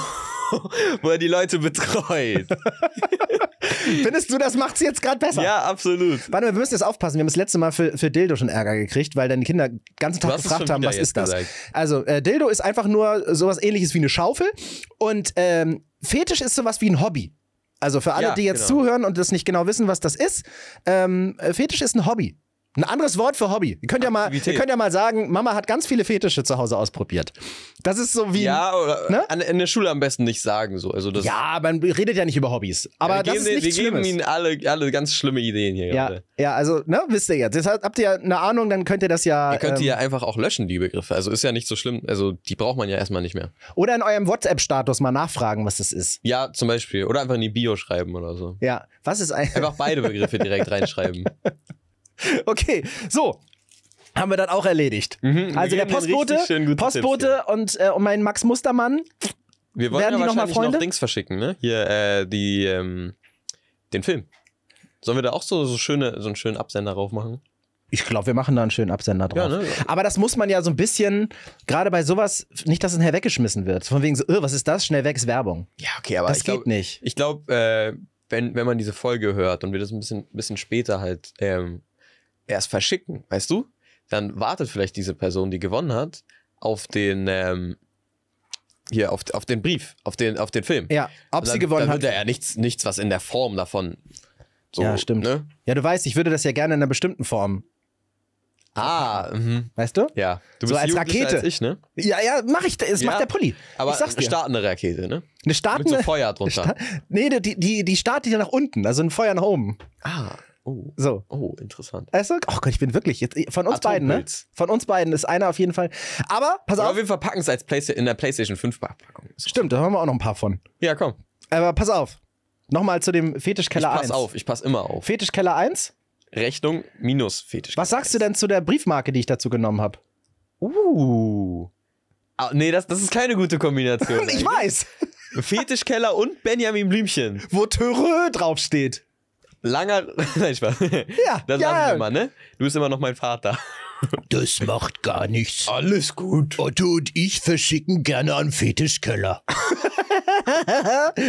wo er die Leute betreut.
Findest du, das macht's jetzt gerade besser?
ja, absolut.
Warte mal, wir müssen jetzt aufpassen. Wir haben das letzte Mal für, für Dildo schon Ärger gekriegt, weil dann die Kinder den ganzen
Du
Tag
hast es
gefragt
schon
haben,
wieder
was
jetzt
ist das?
gesagt.
Also, äh, Dildo ist einfach nur sowas ähnliches wie eine Schaufel und ähm, Fetisch ist sowas wie ein Hobby. Also für alle,
Ja,
die jetzt
genau.
zuhören und das nicht genau wissen, was das ist, ähm, äh, Fetisch ist ein Hobby. Ein anderes Wort für Hobby. Ihr könnt, ja mal, ihr
Aktivität.
könnt ja mal sagen, Mama hat ganz viele Fetische zu Hause ausprobiert. Das ist so wie.
Ja, oder
Ne?
an, in der Schule am besten nicht sagen so. Also das,
ja, man redet ja nicht über Hobbys. Aber
wir
das ist
geben,
nichts
wir geben
Schlimmes.
ihnen alle, alle ganz schlimme Ideen hier
Ja,
gerade.
ja, also, ne, wisst ihr jetzt. Jetzt habt habt ihr ja eine Ahnung, dann könnt ihr das ja.
Ihr könnt die
ähm,
ja einfach auch löschen, die Begriffe. Also ist ja nicht so schlimm. Also die braucht man ja erstmal nicht mehr.
Oder in eurem WhatsApp-Status mal nachfragen, was das ist.
Ja, zum Beispiel. Oder einfach in die Bio schreiben oder so.
Ja, was ist ein.
Einfach beide Begriffe direkt reinschreiben.
Okay, so. Haben wir dann auch erledigt.
Mhm, wir
also der
geben den
Postbote,
richtig schönen guten
Postbote und, äh, und mein Max Mustermann.
Wir wollen
Werden
ja
die noch mal
wahrscheinlich
Freunde?
noch Dings verschicken, ne? Hier, äh, die, ähm, den Film. Sollen wir da auch so, so, schöne, so einen schönen Absender drauf machen?
Ich glaube, wir machen da einen schönen Absender drauf.
Ja, ne?
Aber das muss man ja so ein bisschen, gerade bei sowas, nicht, dass es nachher weggeschmissen wird. Von wegen so, öh, was ist das? Schnell weg ist Werbung.
Ja, okay, aber
das
ich
geht
glaub-
nicht.
Ich glaube, äh, wenn, wenn man diese Folge hört und wir das ein bisschen, bisschen später halt ähm, erst verschicken, weißt du, dann wartet vielleicht diese Person, die gewonnen hat, auf den, ähm, hier, auf, auf den Brief, auf den, auf den Film.
Ja, ob
Und
sie
also dann-
gewonnen
dann
hat.
Wird ja, ja nichts, nichts, was in der Form davon. So,
Ja, stimmt.
Ne?
Ja, du weißt, ich würde das ja gerne in einer bestimmten Form.
Ah, mhm.
Weißt du?
ja. Du
So als
jugendlicher
Rakete.
Als ich, ne?
Ja, ja, mach ich. Das
Ja,
macht der Pulli.
Aber
ich sag's dir.
startende Rakete, ne?
Eine
Mit so
startende.
Feuer
Sta
drunter.
nee, die, die, die startet ja nach unten, also ein Feuer nach oben.
ah, oh.
So.
Oh, interessant.
Also, oh Gott, ich bin wirklich jetzt von uns beiden, ne?
Atompilz.
Von uns beiden ist einer auf jeden Fall. Aber pass
Aber
auf,
wir verpacken es als Playsta in der PlayStation 5 Verpackung.
stimmt, da haben wir auch noch ein paar von.
Ja, komm.
Aber pass auf. Nochmal zu dem Fetischkeller 1.
ich pass auf, ich pass immer auf.
Fetischkeller 1?
Rechnung minus Fetisch.
Was sagst du denn zu der Briefmarke, die ich dazu genommen habe?
Uh. Ah, nee, das, das ist keine gute Kombination.
Ich weiß,
Fetischkeller und Benjamin Blümchen.
wo Törö draufsteht.
Langer. Nein, Spaß.
Ja,
Das
ja.
lassen wir mal, ne? Du bist immer noch mein Vater.
Das macht gar nichts.
Alles gut.
Otto und ich verschicken gerne an Fetischkeller.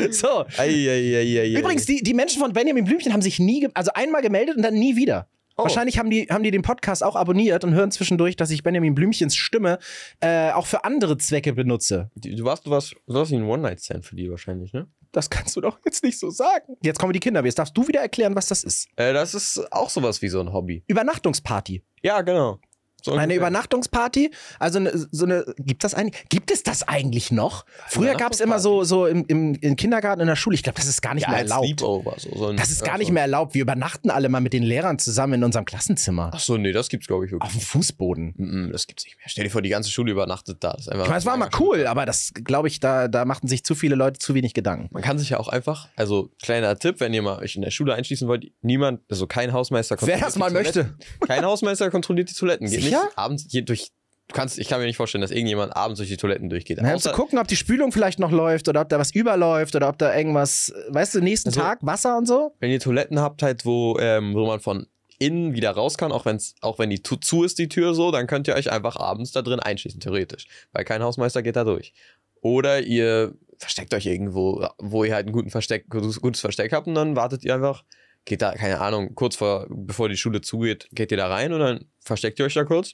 So. Übrigens, die, die Menschen von Benjamin Blümchen haben sich nie, ge- also einmal gemeldet und dann nie wieder. Wahrscheinlich haben die, haben die den Podcast auch abonniert und hören zwischendurch, dass ich Benjamin Blümchens Stimme äh, auch für andere Zwecke benutze.
Du warst, du warst, du warst ein One-Night-Stand für die wahrscheinlich, ne?
Das kannst du doch jetzt nicht so sagen. Jetzt kommen die Kinder. Jetzt darfst du wieder erklären, was das ist.
Äh, das ist auch sowas wie so ein Hobby.
Übernachtungsparty.
Ja, genau. So
Eine
ungefähr.
Übernachtungsparty, also ne- so eine, gibt das eigentlich, gibt es das eigentlich noch? Früher gab es immer so, so im, im, im Kindergarten, in der Schule, ich glaube, das ist gar nicht
ja,
mehr
ein
erlaubt.
Sleepover. So, so ein,
Das ist
ja,
gar
so.
nicht mehr erlaubt. Wir übernachten alle mal mit den Lehrern zusammen in unserem Klassenzimmer.
Ach so, nee, das gibt's glaube ich wirklich.
Auf dem Fußboden.
Mm, mm, Das gibt's nicht mehr. Stell dir vor, die ganze Schule übernachtet da. Das, ist einfach
Ich meine, es war mal cool, aber das, glaube ich, da, da machten sich zu viele Leute zu wenig Gedanken.
Man kann sich ja auch einfach, also kleiner Tipp, wenn ihr mal euch in der Schule einschließen wollt, niemand, also kein Hausmeister
Wer das
die
mal
Toiletten.
möchte.
Kein Hausmeister kontrolliert die Toiletten. Geht
Sicher?
nicht abends hier durch. Du kannst, ich kann mir nicht vorstellen, dass irgendjemand abends durch die Toiletten durchgeht.
Dann kannst du gucken, ob die Spülung vielleicht noch läuft oder ob da was überläuft oder ob da irgendwas, äh, weißt du, nächsten
Also-
Tag Wasser und so.
wenn ihr Toiletten habt, halt, wo, ähm, wo man von innen wieder raus kann, auch, wenn's, auch wenn die tu- zu ist, die Tür so, dann könnt ihr euch einfach abends da drin einschließen, theoretisch. Weil kein Hausmeister geht da durch. Oder ihr versteckt euch irgendwo, wo ihr halt ein guten Versteck, gutes, gutes Versteck habt und dann wartet ihr einfach, geht da, keine Ahnung, kurz vor, bevor die Schule zugeht, geht ihr da rein und dann versteckt ihr euch da kurz.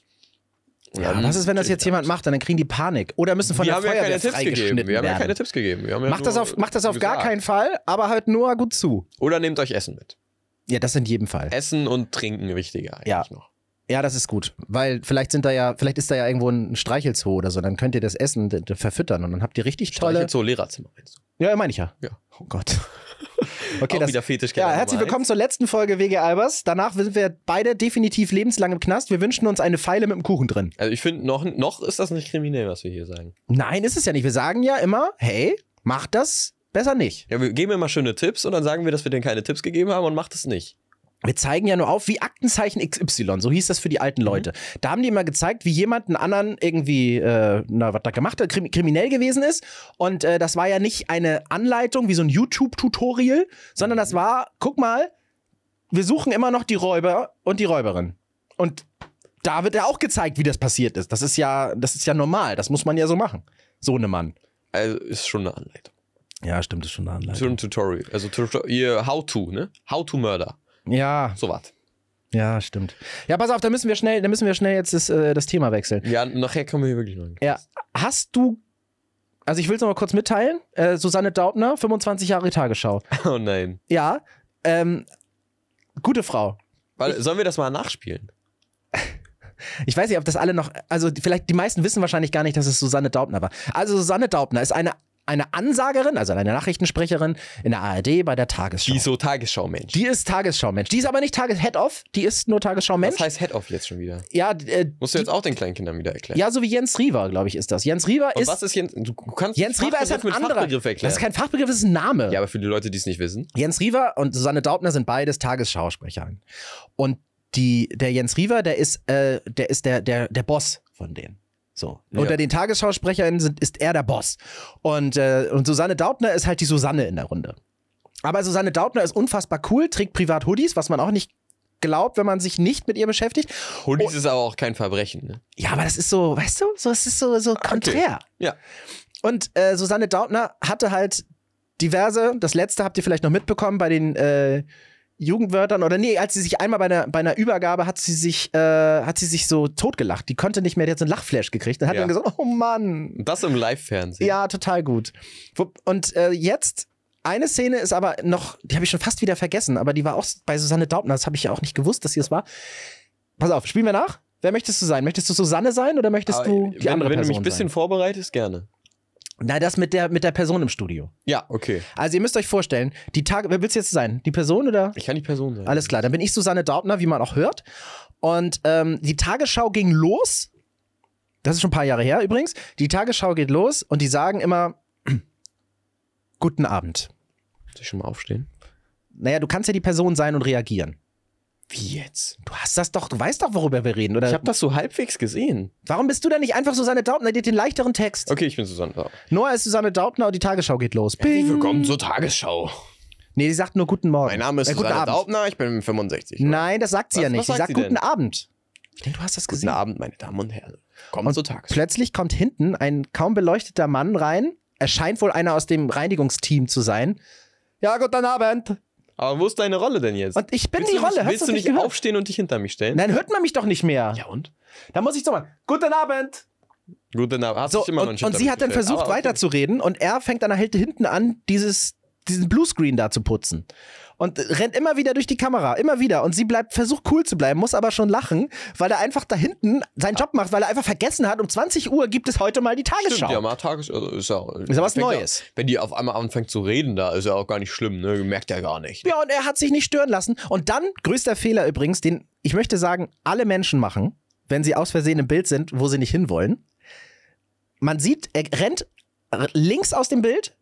Und
Ja,
dann
was ist, wenn das
chillt
jetzt
ihr
jemand macht? Dann kriegen die Panik. Oder müssen von
wir
der
haben ja
Feuerwehr
keine Tipps gegeben.
freigeschnitten
Wir haben ja keine
werden.
Tipps gegeben. Wir haben ja
Macht das,
nur
auf, macht das auf gar
gesagt.
keinen Fall, aber halt nur gut zu.
Oder nehmt euch Essen mit.
Ja, das in jedem Fall.
Essen und Trinken wichtiger eigentlich
Ja.
noch.
Ja, das ist gut. Weil vielleicht sind da ja, vielleicht ist da ja irgendwo ein Streichelzoo oder so. Dann könnt ihr das Essen d- d- verfüttern und dann habt ihr richtig tolle.
Streichelt so Lehrerzimmer. meinst du?
Ja, meine ich ja.
Ja.
Oh Gott. Okay,
Auch
das,
wieder Fetisch.
ja, herzlich willkommen zur letzten Folge WG Albers. Danach sind wir beide definitiv lebenslang im Knast. Wir wünschen uns eine Pfeile mit dem Kuchen drin.
Also ich finde, noch, noch ist das nicht kriminell, was wir hier sagen.
Nein, ist es ja nicht. Wir sagen ja immer, hey, macht das besser nicht.
Ja, wir geben immer schöne Tipps und dann sagen wir, dass wir denen keine Tipps gegeben haben und macht es nicht.
Wir zeigen ja nur auf, wie Aktenzeichen XY, so hieß das für die alten Leute. Da haben die immer gezeigt, wie jemand einen anderen irgendwie, äh, na, was da gemacht hat, krim kriminell gewesen ist. Und äh, das war ja nicht eine Anleitung wie so ein YouTube-Tutorial, sondern das war, guck mal, wir suchen immer noch die Räuber und die Räuberin. Und da wird ja auch gezeigt, wie das passiert ist. Das ist ja, das ist ja normal, das muss man ja so machen. So ne Mann.
Also ist schon eine Anleitung.
Ja, stimmt, ist schon eine
Ist Schon ein Tutorial. Also Tuto- ihr How-To, ne? How-To-Murder.
Ja,
So was.
ja, stimmt. Ja, pass auf, da müssen wir schnell, da müssen wir schnell jetzt das, äh, das Thema wechseln.
Ja, nachher kommen wir hier wirklich noch hin.
Ja, hast du, also ich will es nochmal kurz mitteilen, äh, Susanne Daubner, 25 Jahre Tagesschau.
Oh nein.
Ja, ähm, gute Frau.
Warte, sollen wir das mal nachspielen?
Ich weiß nicht, ob das alle noch, also die- vielleicht die meisten wissen wahrscheinlich gar nicht, dass es Susanne Daubner war. Also Susanne Daubner ist eine, eine Ansagerin, also eine Nachrichtensprecherin in der ARD bei der Tagesschau.
Die ist so Tagesschau-Mensch.
Die ist Tagesschau-Mensch. Die ist aber nicht Tages-Head-Off, die ist nur Tagesschau-Mensch.
Das heißt Head-Off jetzt schon wieder.
ja, äh,
Musst du jetzt auch den kleinen Kindern wieder erklären.
ja, so wie Jens Riewer, glaube ich, ist das. Jens Riewer
und
ist,
was ist Jens? Du kannst
Jens Riewer ist
Fachbegriff
ein
mit
anderer.
Fachbegriff erklären.
Das ist kein Fachbegriff, das ist ein Name.
ja, aber für die Leute, die es nicht wissen.
Jens Riewer und Susanne Daubner sind beides Tagesschausprecherinnen. Und die, der Jens Riewer, der ist, äh, der, ist der, der, der Boss von denen. So.
Ja.
Unter den Tagesschausprecherinnen sind, ist er der Boss. Und, äh, und Susanne Daubner ist halt die Susanne in der Runde. Aber Susanne Daubner ist unfassbar cool, trägt privat Hoodies, was man auch nicht glaubt, wenn man sich nicht mit ihr beschäftigt.
Hundis ist aber auch kein Verbrechen, ne?
Ja, aber das ist so, weißt du, so, es ist so, so konträr.
Ah, Ja.
Und äh, Susanne Dautner hatte halt diverse, das letzte habt ihr vielleicht noch mitbekommen, bei den äh, Jugendwörtern oder nee, als sie sich einmal bei einer, bei einer Übergabe hat sie sich, äh, hat sie sich so totgelacht. Die konnte nicht mehr, die hat so einen Lachflash gekriegt und hat
Ja.
dann gesagt, oh Mann.
Und das im Live-Fernsehen.
Ja, total gut. Wo- Und äh, jetzt, eine Szene ist aber noch, die habe ich schon fast wieder vergessen, aber die war auch bei Susanne Daubner, das habe ich ja auch nicht gewusst, dass sie es war. Pass auf, spielen wir nach. Wer möchtest du sein? Möchtest du Susanne sein oder möchtest
Aber
du die
wenn,
andere
wenn
Person
du mich ein
sein?
bisschen vorbereitest, gerne.
Nein, das mit der, mit der Person im Studio.
Ja, okay.
Also ihr müsst euch vorstellen, die Tage, wer willst du jetzt sein? Die Person oder?
Ich kann die Person sein.
Alles klar, dann bin ich Susanne Daubner, wie man auch hört. Und ähm, die Tagesschau ging los. Das ist schon ein paar Jahre her übrigens. Die Tagesschau geht los und die sagen immer, guten Abend.
Soll ich schon mal aufstehen?
Naja, du kannst ja die Person sein und reagieren.
Wie jetzt?
Du hast das doch, du weißt doch, worüber wir reden,
Ich
oder?
habe das so halbwegs gesehen.
Warum bist du denn nicht einfach Susanne Daubner, die hat den leichteren Text?
Okay, ich bin Susanne. Bauer.
Noah ist Susanne Daubner und die Tagesschau geht los.
Herzlich
Bing.
willkommen zur Tagesschau.
Nee, sie sagt nur guten Morgen.
Mein Name ist
äh, guten
Susanne
Abend.
Daubner, ich bin 65.
Nein, das sagt sie
Was-
ja nicht.
was
Sie
sagt
sagt
sie
guten
denn?
Abend. Ich denke, du hast das
Guten
gesehen.
Abend, meine Damen und Herren. Kommen
Und
zur Tagesschau.
Plötzlich kommt hinten ein kaum beleuchteter Mann rein. Er scheint wohl einer aus dem Reinigungsteam zu sein. Ja, guten Abend.
Aber wo ist deine Rolle denn jetzt?
Und ich bin
willst
die
du nicht,
Rolle. Hast
willst du
das
nicht
gehört?
aufstehen und dich hinter mich stellen?
Nein, hört man mich doch nicht mehr.
Ja und?
Da muss ich so mal. Guten Abend.
Gut, dann hast du
So,
dich immer noch
und,
nicht Ah,
und
hinter
sie
mich
hat dann
gestellt.
versucht
Aber okay.
weiterzureden und er fängt dann halt hinten an, dieses diesen Bluescreen da zu putzen. Und rennt immer wieder durch die Kamera, immer wieder. Und sie bleibt, versucht cool zu bleiben, muss aber schon lachen, weil er einfach da hinten seinen Job macht, weil er einfach vergessen hat, um 20 Uhr gibt es heute mal die Tagesschau.
Stimmt, ja, mal Tages. Also ist ja,
Ist ja was
fängt
Neues.
wenn die auf einmal anfängt zu reden, da ist ja auch gar nicht schlimm, ne? Merkt er gar nicht.
Ja, und er hat sich nicht stören lassen. Und dann, größter Fehler übrigens, den ich möchte sagen, alle Menschen machen, wenn sie aus Versehen im Bild sind, wo sie nicht hinwollen. Man sieht, er rennt links aus dem Bild,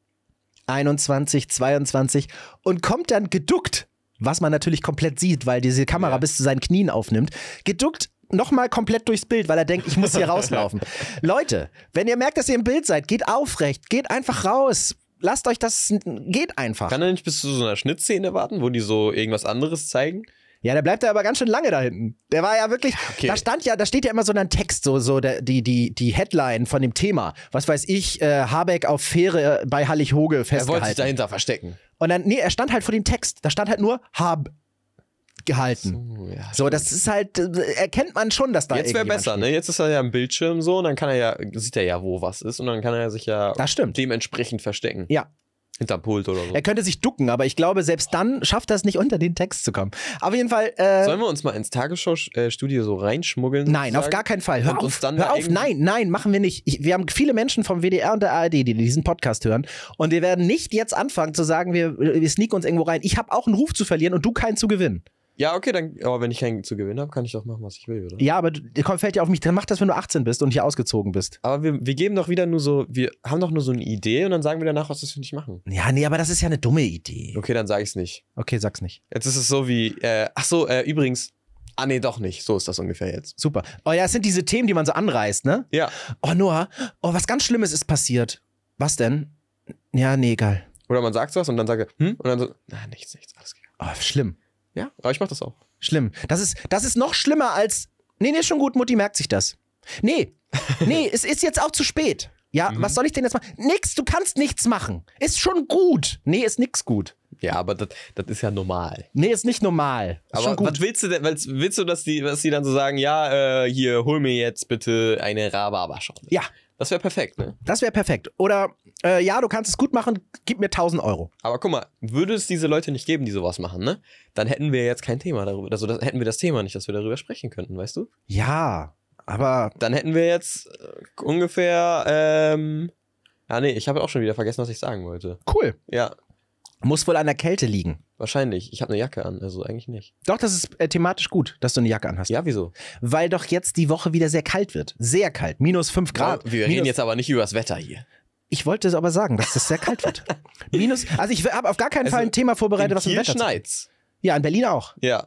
21, 22, und kommt dann geduckt, was man natürlich komplett sieht, weil diese Kamera bis zu seinen Knien aufnimmt, geduckt nochmal komplett durchs Bild, weil er denkt, ich muss hier rauslaufen. Leute, wenn ihr merkt, dass ihr im Bild seid, geht aufrecht, geht einfach raus. Lasst euch das, geht einfach.
Kann er nicht bis zu so einer Schnittszene warten, wo die so irgendwas anderes zeigen?
Ja, der bleibt ja aber ganz schön lange da hinten. Der war ja wirklich. Da stand ja, da steht ja immer so ein Text, so, so der, die, die, die Headline von dem Thema. Was weiß ich, äh, Habeck auf Fähre bei Hallig Hoge
Er wollte sich
festgehalten.
dahinter verstecken.
Und dann, nee, er stand halt vor dem Text. Da stand halt nur Hab gehalten.
Oh, ja.
Hm. So, das ist halt, äh, erkennt man schon, dass da.
Jetzt wäre
irgendjemand
besser, ne? Jetzt ist er ja im Bildschirm so und dann kann er ja, sieht er ja, wo was ist und dann kann er sich ja
Das stimmt.
dementsprechend verstecken.
Ja.
Hinterm Pult oder so.
Er könnte sich ducken, aber ich glaube, selbst dann schafft er es nicht, unter den Text zu kommen. Auf jeden Fall, äh,
Sollen wir uns mal ins Tagesschau-Studio so reinschmuggeln?
Nein, auf gar
sozusagen?
keinen Fall. Hör
Und
auf,
uns dann
hör
da
auf.
irgendwie-
nein, nein, machen wir nicht. Ich, wir haben viele Menschen vom WDR und der ARD, die diesen Podcast hören. Und wir werden nicht jetzt anfangen zu sagen, wir, wir sneaken uns irgendwo rein. Ich habe auch einen Ruf zu verlieren und du keinen zu gewinnen.
Ja, okay, dann, aber wenn ich keinen zu gewinnen habe, kann ich doch machen, was ich will, oder?
Ja, aber du- komm, fällt ja auf mich. Dann mach das, wenn du 18 bist und hier ausgezogen bist.
Aber wir, wir geben doch wieder nur so, wir haben doch nur so eine Idee und dann sagen wir danach, was das wir nicht machen.
Ja, nee, aber das ist ja eine dumme Idee.
Okay, dann sage ich es nicht.
Okay, sag's nicht.
Jetzt ist es so wie, äh, ach so, äh, übrigens, ah nee, doch nicht. So ist das ungefähr jetzt.
Super. Oh ja, es sind diese Themen, die man so anreißt, ne?
Ja.
Oh, Noah, oh, was ganz Schlimmes ist passiert. Was denn? Ja, nee, egal.
Oder man sagt was und dann sagt er, hm? Und dann so, na, nichts, nichts, alles klar.
Oh, schlimm.
Ja, aber ich mach das auch.
Schlimm. Das ist, das ist noch schlimmer als. Nee, nee, schon gut, Mutti merkt sich das. Nee, nee, es ist jetzt auch zu spät. Ja,
Mhm.
was soll ich denn jetzt machen? Nix, du kannst nichts machen. Ist schon gut. Nee, ist nix gut.
Ja, aber das das ist ja normal.
Nee, ist nicht normal. Ist schon
Aber
gut.
was willst du denn, was, willst du, dass die, dass die dann so sagen, ja, äh, hier, hol mir jetzt bitte eine Rhabarberschorle.
Ja,
Das wäre perfekt, ne?
das wäre perfekt. Oder, äh, ja, du kannst es gut machen, gib mir 1000 Euro.
Aber guck mal, würde es diese Leute nicht geben, die sowas machen, ne? Dann hätten wir jetzt kein Thema darüber. Also das, hätten wir das Thema nicht, dass wir darüber sprechen könnten, weißt du?
Ja, aber.
Dann hätten wir jetzt äh, ungefähr, ähm. Ah nee, ich habe auch schon wieder vergessen, was ich sagen wollte.
Cool.
Ja,
Muss wohl an der Kälte liegen.
wahrscheinlich. Ich habe eine Jacke an, also eigentlich nicht.
Doch, das ist äh, thematisch gut, dass du eine Jacke anhast.
Ja, wieso?
Weil doch jetzt die Woche wieder sehr kalt wird. Sehr kalt. Minus 5 Grad.
Wir
minus
reden jetzt aber nicht über das Wetter hier.
Ich wollte es aber sagen, dass es sehr kalt wird. Minus, also ich habe auf gar keinen
Also,
Fall ein Thema vorbereitet,
in
was im
Kiel
Wetter
schneit's.
Ja, in Berlin auch.
Ja.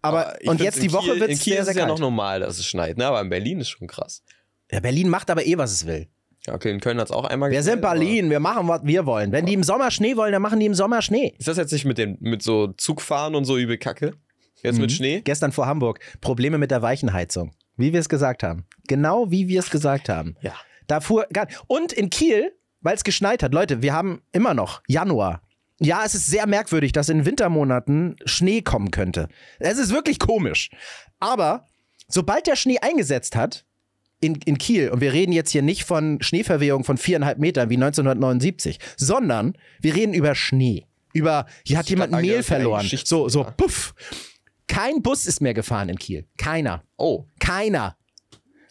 Aber,
ich
und jetzt
find's in
die Woche
Kiel-
wird
In
es
Kiel
sehr,
ist
sehr
es ja
kalt.
noch normal, dass es schneit, ne? Aber in Berlin ist schon krass.
ja, Berlin macht aber eh, was es will.
Ja, genau. okay, in Köln hat's auch einmal
Wir sind
geschneit, aber-
Berlin, wir machen, was wir wollen. Wenn die im Sommer Schnee wollen, dann machen die im Sommer Schnee.
Ist das jetzt nicht mit, dem, mit so Zugfahren und so übel Kacke? Jetzt mit
Mhm.
Schnee?
Gestern vor Hamburg, Probleme mit der Weichenheizung. Wie wir es gesagt haben. Genau wie wir es gesagt haben.
Ja.
Da fuhr gar Und in Kiel, weil es geschneit hat, Leute, wir haben immer noch Januar. Ja, es ist sehr merkwürdig, dass in Wintermonaten Schnee kommen könnte. Es ist wirklich komisch. Aber sobald der Schnee eingesetzt hat, in, in Kiel, und wir reden jetzt hier nicht von Schneeverwehung von viereinhalb Metern wie 1979, sondern wir reden über Schnee. Über, hier hat
Ich
jemand
dachte,
Mehl
das wäre eine
verloren.
Geschichte,
So, so,
ja.
puff. Kein Bus ist mehr gefahren in Kiel. Keiner.
Oh,
Keiner.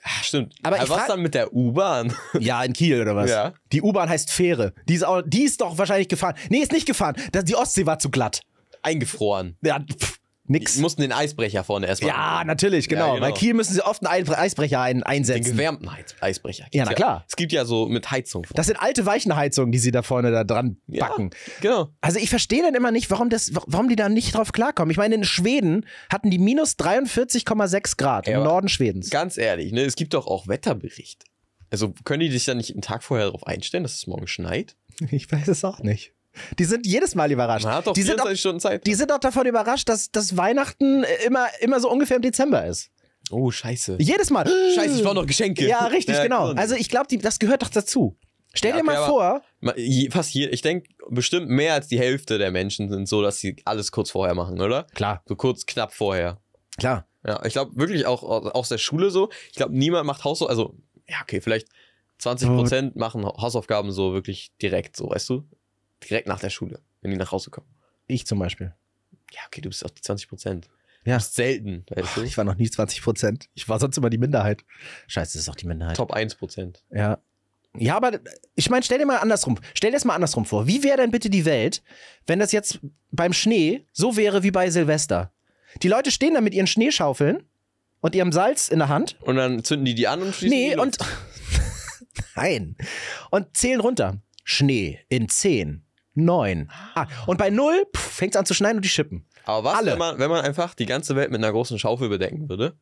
ah, stimmt.
Aber
Aber
ich
was
frag-
dann mit der U-Bahn?
Ja, in Kiel oder was?
Ja.
Die U-Bahn heißt Fähre. Die ist, auch, die ist doch wahrscheinlich gefahren. Nee, ist nicht gefahren. Das, die Ostsee war zu glatt.
Eingefroren.
Ja, pff,
Die
nix.
mussten den Eisbrecher vorne erstmal.
Ja, natürlich, genau.
Ja, genau.
Bei Kiel müssen sie oft einen Ein- Eisbrecher ein,
Den
einsetzen.
gewärmten Heiz Eisbrecher. Gibt's
Ja, na klar.
Es gibt ja so mit Heizung. vorne.
Das sind alte Weichenheizungen, die sie da vorne da dran
Ja.
backen.
Genau.
Also ich verstehe dann immer nicht, warum, das, warum die da nicht drauf klarkommen. Ich meine, in Schweden hatten die minus 43,6 Grad
Ja,
im
aber-
Norden Schwedens.
Ganz ehrlich, ne? es gibt doch auch Wetterbericht. Also können die dich dann nicht einen Tag vorher darauf einstellen, dass es morgen schneit?
Ich weiß es auch nicht. Die sind jedes Mal überrascht.
Man hat doch
die, sind auch,
24 Stunden Zeit.
die sind auch davon überrascht, dass, dass Weihnachten äh, immer, immer so ungefähr im Dezember ist.
oh, scheiße.
Jedes Mal.
Scheiße, ich brauche noch Geschenke.
Ja, richtig,
Ja,
genau.
gesund.
Also ich glaube, das gehört doch dazu. Stell
Ja,
dir
okay,
mal
aber-
vor,
Ma- je- Fast hier, ich denke, bestimmt mehr als die Hälfte der Menschen sind so, dass sie alles kurz vorher machen, oder?
Klar.
So kurz, knapp vorher.
klar,
Ja, ich glaube wirklich auch au- aus der Schule so. Ich glaube, niemand macht Hausaufgaben, also, ja, okay, vielleicht 20 Prozent machen Hausaufgaben so wirklich direkt, so, weißt du? Direkt nach der Schule. wenn die nach Hause kommen.
Ich zum Beispiel.
Ja, okay, du bist auf die 20 Prozent.
Ja.
Du bist selten, weißt du?
Ich war noch nie 20 Prozent. Ich war sonst immer die Minderheit. Scheiße, das ist auch die Minderheit.
Top 1 Prozent.
Ja. Ja, aber ich meine, stell dir mal andersrum. Stell dir das mal andersrum vor. Wie wäre denn bitte die Welt, wenn das jetzt beim Schnee so wäre wie bei Silvester? Die Leute stehen da mit ihren Schneeschaufeln und ihrem Salz in der Hand.
Und dann zünden die die an und schießen die
Nee, und.
Luft.
Nein. Und zählen runter. Schnee in 10, 9. Ah, und bei 0 fängt es an zu schneien und die schippen.
Aber was,
Alle.
Wenn, man, wenn man einfach die ganze Welt mit einer großen Schaufel bedecken würde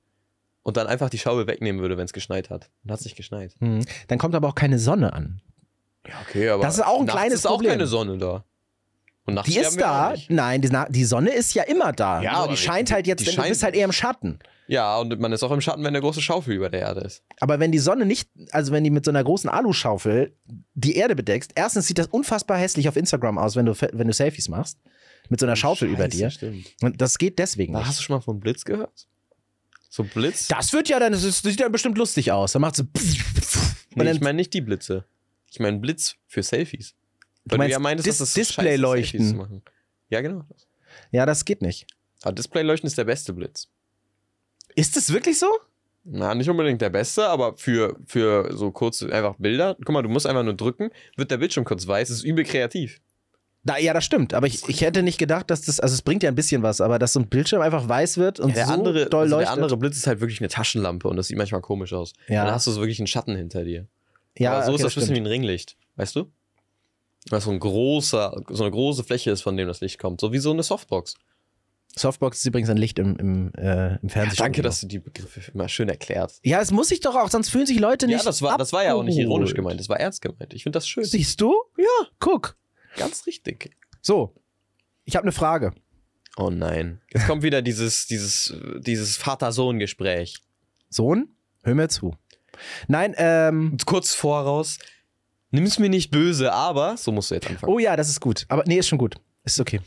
und dann einfach die Schaufel wegnehmen würde, wenn es geschneit hat? Dann hat es nicht geschneit.
Dann kommt aber auch keine Sonne an.
Ja, okay, aber.
Das ist auch ein
nachts
kleines
ist auch
Problem.
keine Sonne da. Und nachts
Die ist
sterben wir auch
da.
nicht.
Nein, die, Na- die Sonne ist ja immer da.
Ja,
Nur
aber
die
die-
scheint halt jetzt,
die
du bist
scheint-
halt eher im Schatten.
Ja, und man ist auch im Schatten, wenn eine große Schaufel über der Erde ist.
Aber wenn die Sonne nicht, also wenn die mit so einer großen Aluschaufel die Erde bedeckst, erstens sieht das unfassbar hässlich auf Instagram aus, wenn du, wenn du Selfies machst. Mit so einer Schaufel über
Oh, Scheiße,
dir.
Stimmt.
Und das geht deswegen
Na,
nicht.
hast du schon mal von Blitz gehört? So Blitz?
Das wird ja dann, das, ist, das sieht dann bestimmt lustig aus. Dann macht so.
nee,
und dann-
ich meine nicht die Blitze. Ich meine Blitz für Selfies. Weil
meinst
du ja meintest,
Dis-
dass es scheiße ist,
Displayleuchten.
Selfies zu machen. Ja, genau.
Ja, das geht nicht.
Aber Displayleuchten ist der beste Blitz.
Ist das wirklich so?
Na, nicht unbedingt der beste, aber für, für so kurze, einfach Bilder. Guck mal, du musst einfach nur drücken, wird der Bildschirm kurz weiß, ist übel kreativ.
Na, ja, das stimmt. Aber ich, ich hätte nicht gedacht, dass das, also es bringt ja ein bisschen was, aber dass so ein Bildschirm einfach weiß wird und
der,
so
andere,
doll
also
leuchtet.
der andere Blitz ist halt wirklich eine Taschenlampe und das sieht manchmal komisch aus. Dann
ja,
hast du so wirklich einen Schatten hinter dir.
ja,
aber so
okay,
ist das ein
stimmt.
bisschen wie ein Ringlicht, weißt du? Weil so ein großer, so eine große Fläche ist, von dem das Licht kommt. So wie so eine Softbox.
Softbox ist übrigens ein Licht im, im, äh, im
Ja,
Fernsehen.
danke, dass du die Begriffe immer schön erklärst.
Ja, es muss ich doch auch, sonst fühlen sich Leute
Ja,
nicht.
das war, das war ja auch nicht ironisch
abgeholt.
gemeint, das war ernst gemeint. Ich finde das schön.
Siehst du? Ja. Guck.
Ganz richtig.
So. Ich habe eine Frage.
Oh nein. Jetzt kommt wieder dieses, dieses, dieses Vater-Sohn-Gespräch.
Sohn, hör mir zu. Nein, ähm.
Und Kurz voraus, nimm's mir nicht böse, aber so musst du jetzt anfangen.
Oh ja, das ist gut. Aber nee, ist schon gut. Ist okay.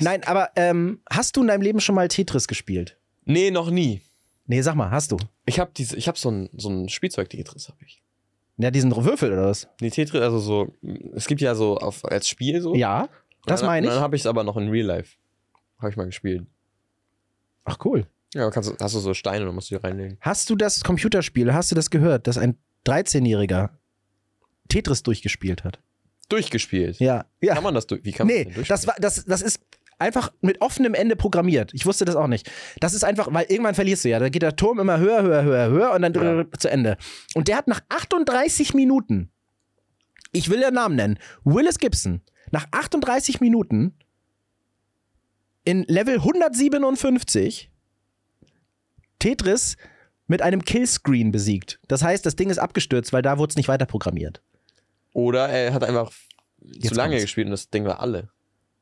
Nein, aber ähm, hast du in deinem Leben schon mal Tetris gespielt?
Nee, noch nie.
Nee, sag mal, hast du?
Ich habe diese, ich habe so ein, so ein Spielzeug Tetris habe ich.
Ja, diesen Würfel oder was?
Nee, Tetris, also so, es gibt ja so auf, als Spiel so.
Ja, das
Und dann-
meine
und Dann
ich.
habe ich es aber noch in Real Life. Habe ich mal gespielt.
Ach cool.
Ja, kannst, du- hast du so Steine, dann musst du die reinlegen.
Hast du das Computerspiel, hast du das gehört, dass ein 13-Jähriger Tetris durchgespielt hat?
Durchgespielt.
Ja. Ja.
Kann man das durch? Wie kann man
nee,
das denn
das, war, das, das ist einfach mit offenem Ende programmiert. Ich wusste das auch nicht. Das ist einfach, weil irgendwann verlierst du ja. Da geht der Turm immer höher, höher, höher, höher und dann
Ja.
zu Ende. Und der hat nach 38 Minuten, ich will den Namen nennen, Willis Gibson, nach 38 Minuten in Level 157 Tetris mit einem Killscreen besiegt. Das heißt, das Ding ist abgestürzt, weil da wurde es nicht weiter programmiert.
Oder er hat einfach zu lange
kommt's.
gespielt und das Ding war alle.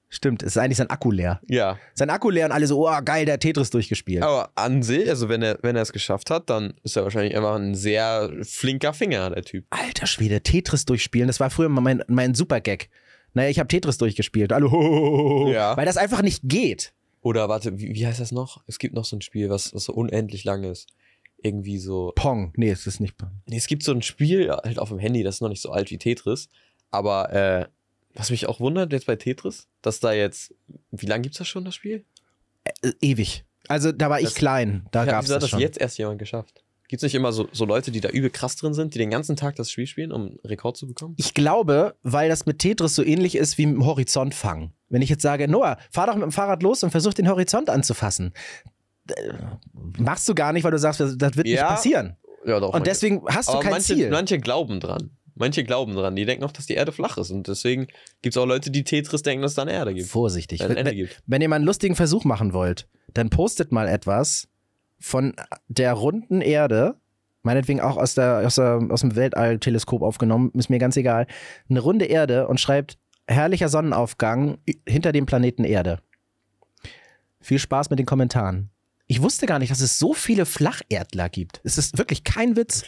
Stimmt, es ist eigentlich sein Akku leer.
Ja.
Sein Akku leer und alle so, oh geil, der hat Tetris durchgespielt.
Aber an sich, also wenn er, wenn er es geschafft hat, dann ist er wahrscheinlich einfach ein sehr flinker Finger, der Typ.
Alter Schwede, Tetris durchspielen, das war früher mal mein, mein Super-Gag. Naja, ich habe Tetris durchgespielt. Alle, hohohoho.
Ja.
Weil das einfach nicht geht.
Oder warte, wie, wie heißt das noch? Es gibt noch so ein Spiel, was, was so unendlich lang ist. Irgendwie so.
Pong. Nee, es ist nicht Pong.
Nee, es gibt so ein Spiel halt auf dem Handy, das ist noch nicht so alt wie Tetris. Aber äh, was mich auch wundert jetzt bei Tetris, dass da jetzt. Wie lange gibt's das schon, das Spiel?
Äh, ewig. Also da war ich
Das-
klein, da
Ja,
gab's
wieso hat
das schon.
jetzt erst jemand geschafft? Gibt's nicht immer so, so Leute, die da übel krass drin sind, die den ganzen Tag das Spiel spielen, um einen Rekord zu bekommen?
Ich glaube, weil das mit Tetris so ähnlich ist wie mit dem Horizont fangen. Wenn ich jetzt sage, Noah, fahr doch mit dem Fahrrd los und versuch den Horizont anzufassen. Äh, Machst du gar nicht, weil du sagst, das das wird nicht
Ja.
passieren.
Ja, doch.
Und deswegen hast du
Aber
kein
manche,
Ziel.
manche glauben dran. Manche glauben dran. Die denken auch, dass die Erde flach ist. Und deswegen gibt's auch Leute, die Tetris denken, dass es da eine Erde gibt. Äh,
Vorsichtig.
Eine
Wenn,
Ende gibt.
Wenn ihr mal einen lustigen Versuch machen wollt, dann postet mal etwas von der runden Erde, meinetwegen auch aus, der, aus, der, aus dem Weltall-Teleskop aufgenommen, ist mir ganz egal, eine runde Erde und schreibt herrlicher Sonnenaufgang ü- hinter dem Planeten Erde. Viel Spaß mit den Kommentaren. Ich wusste gar nicht, dass es so viele Flacherdler gibt. Es ist wirklich kein Witz.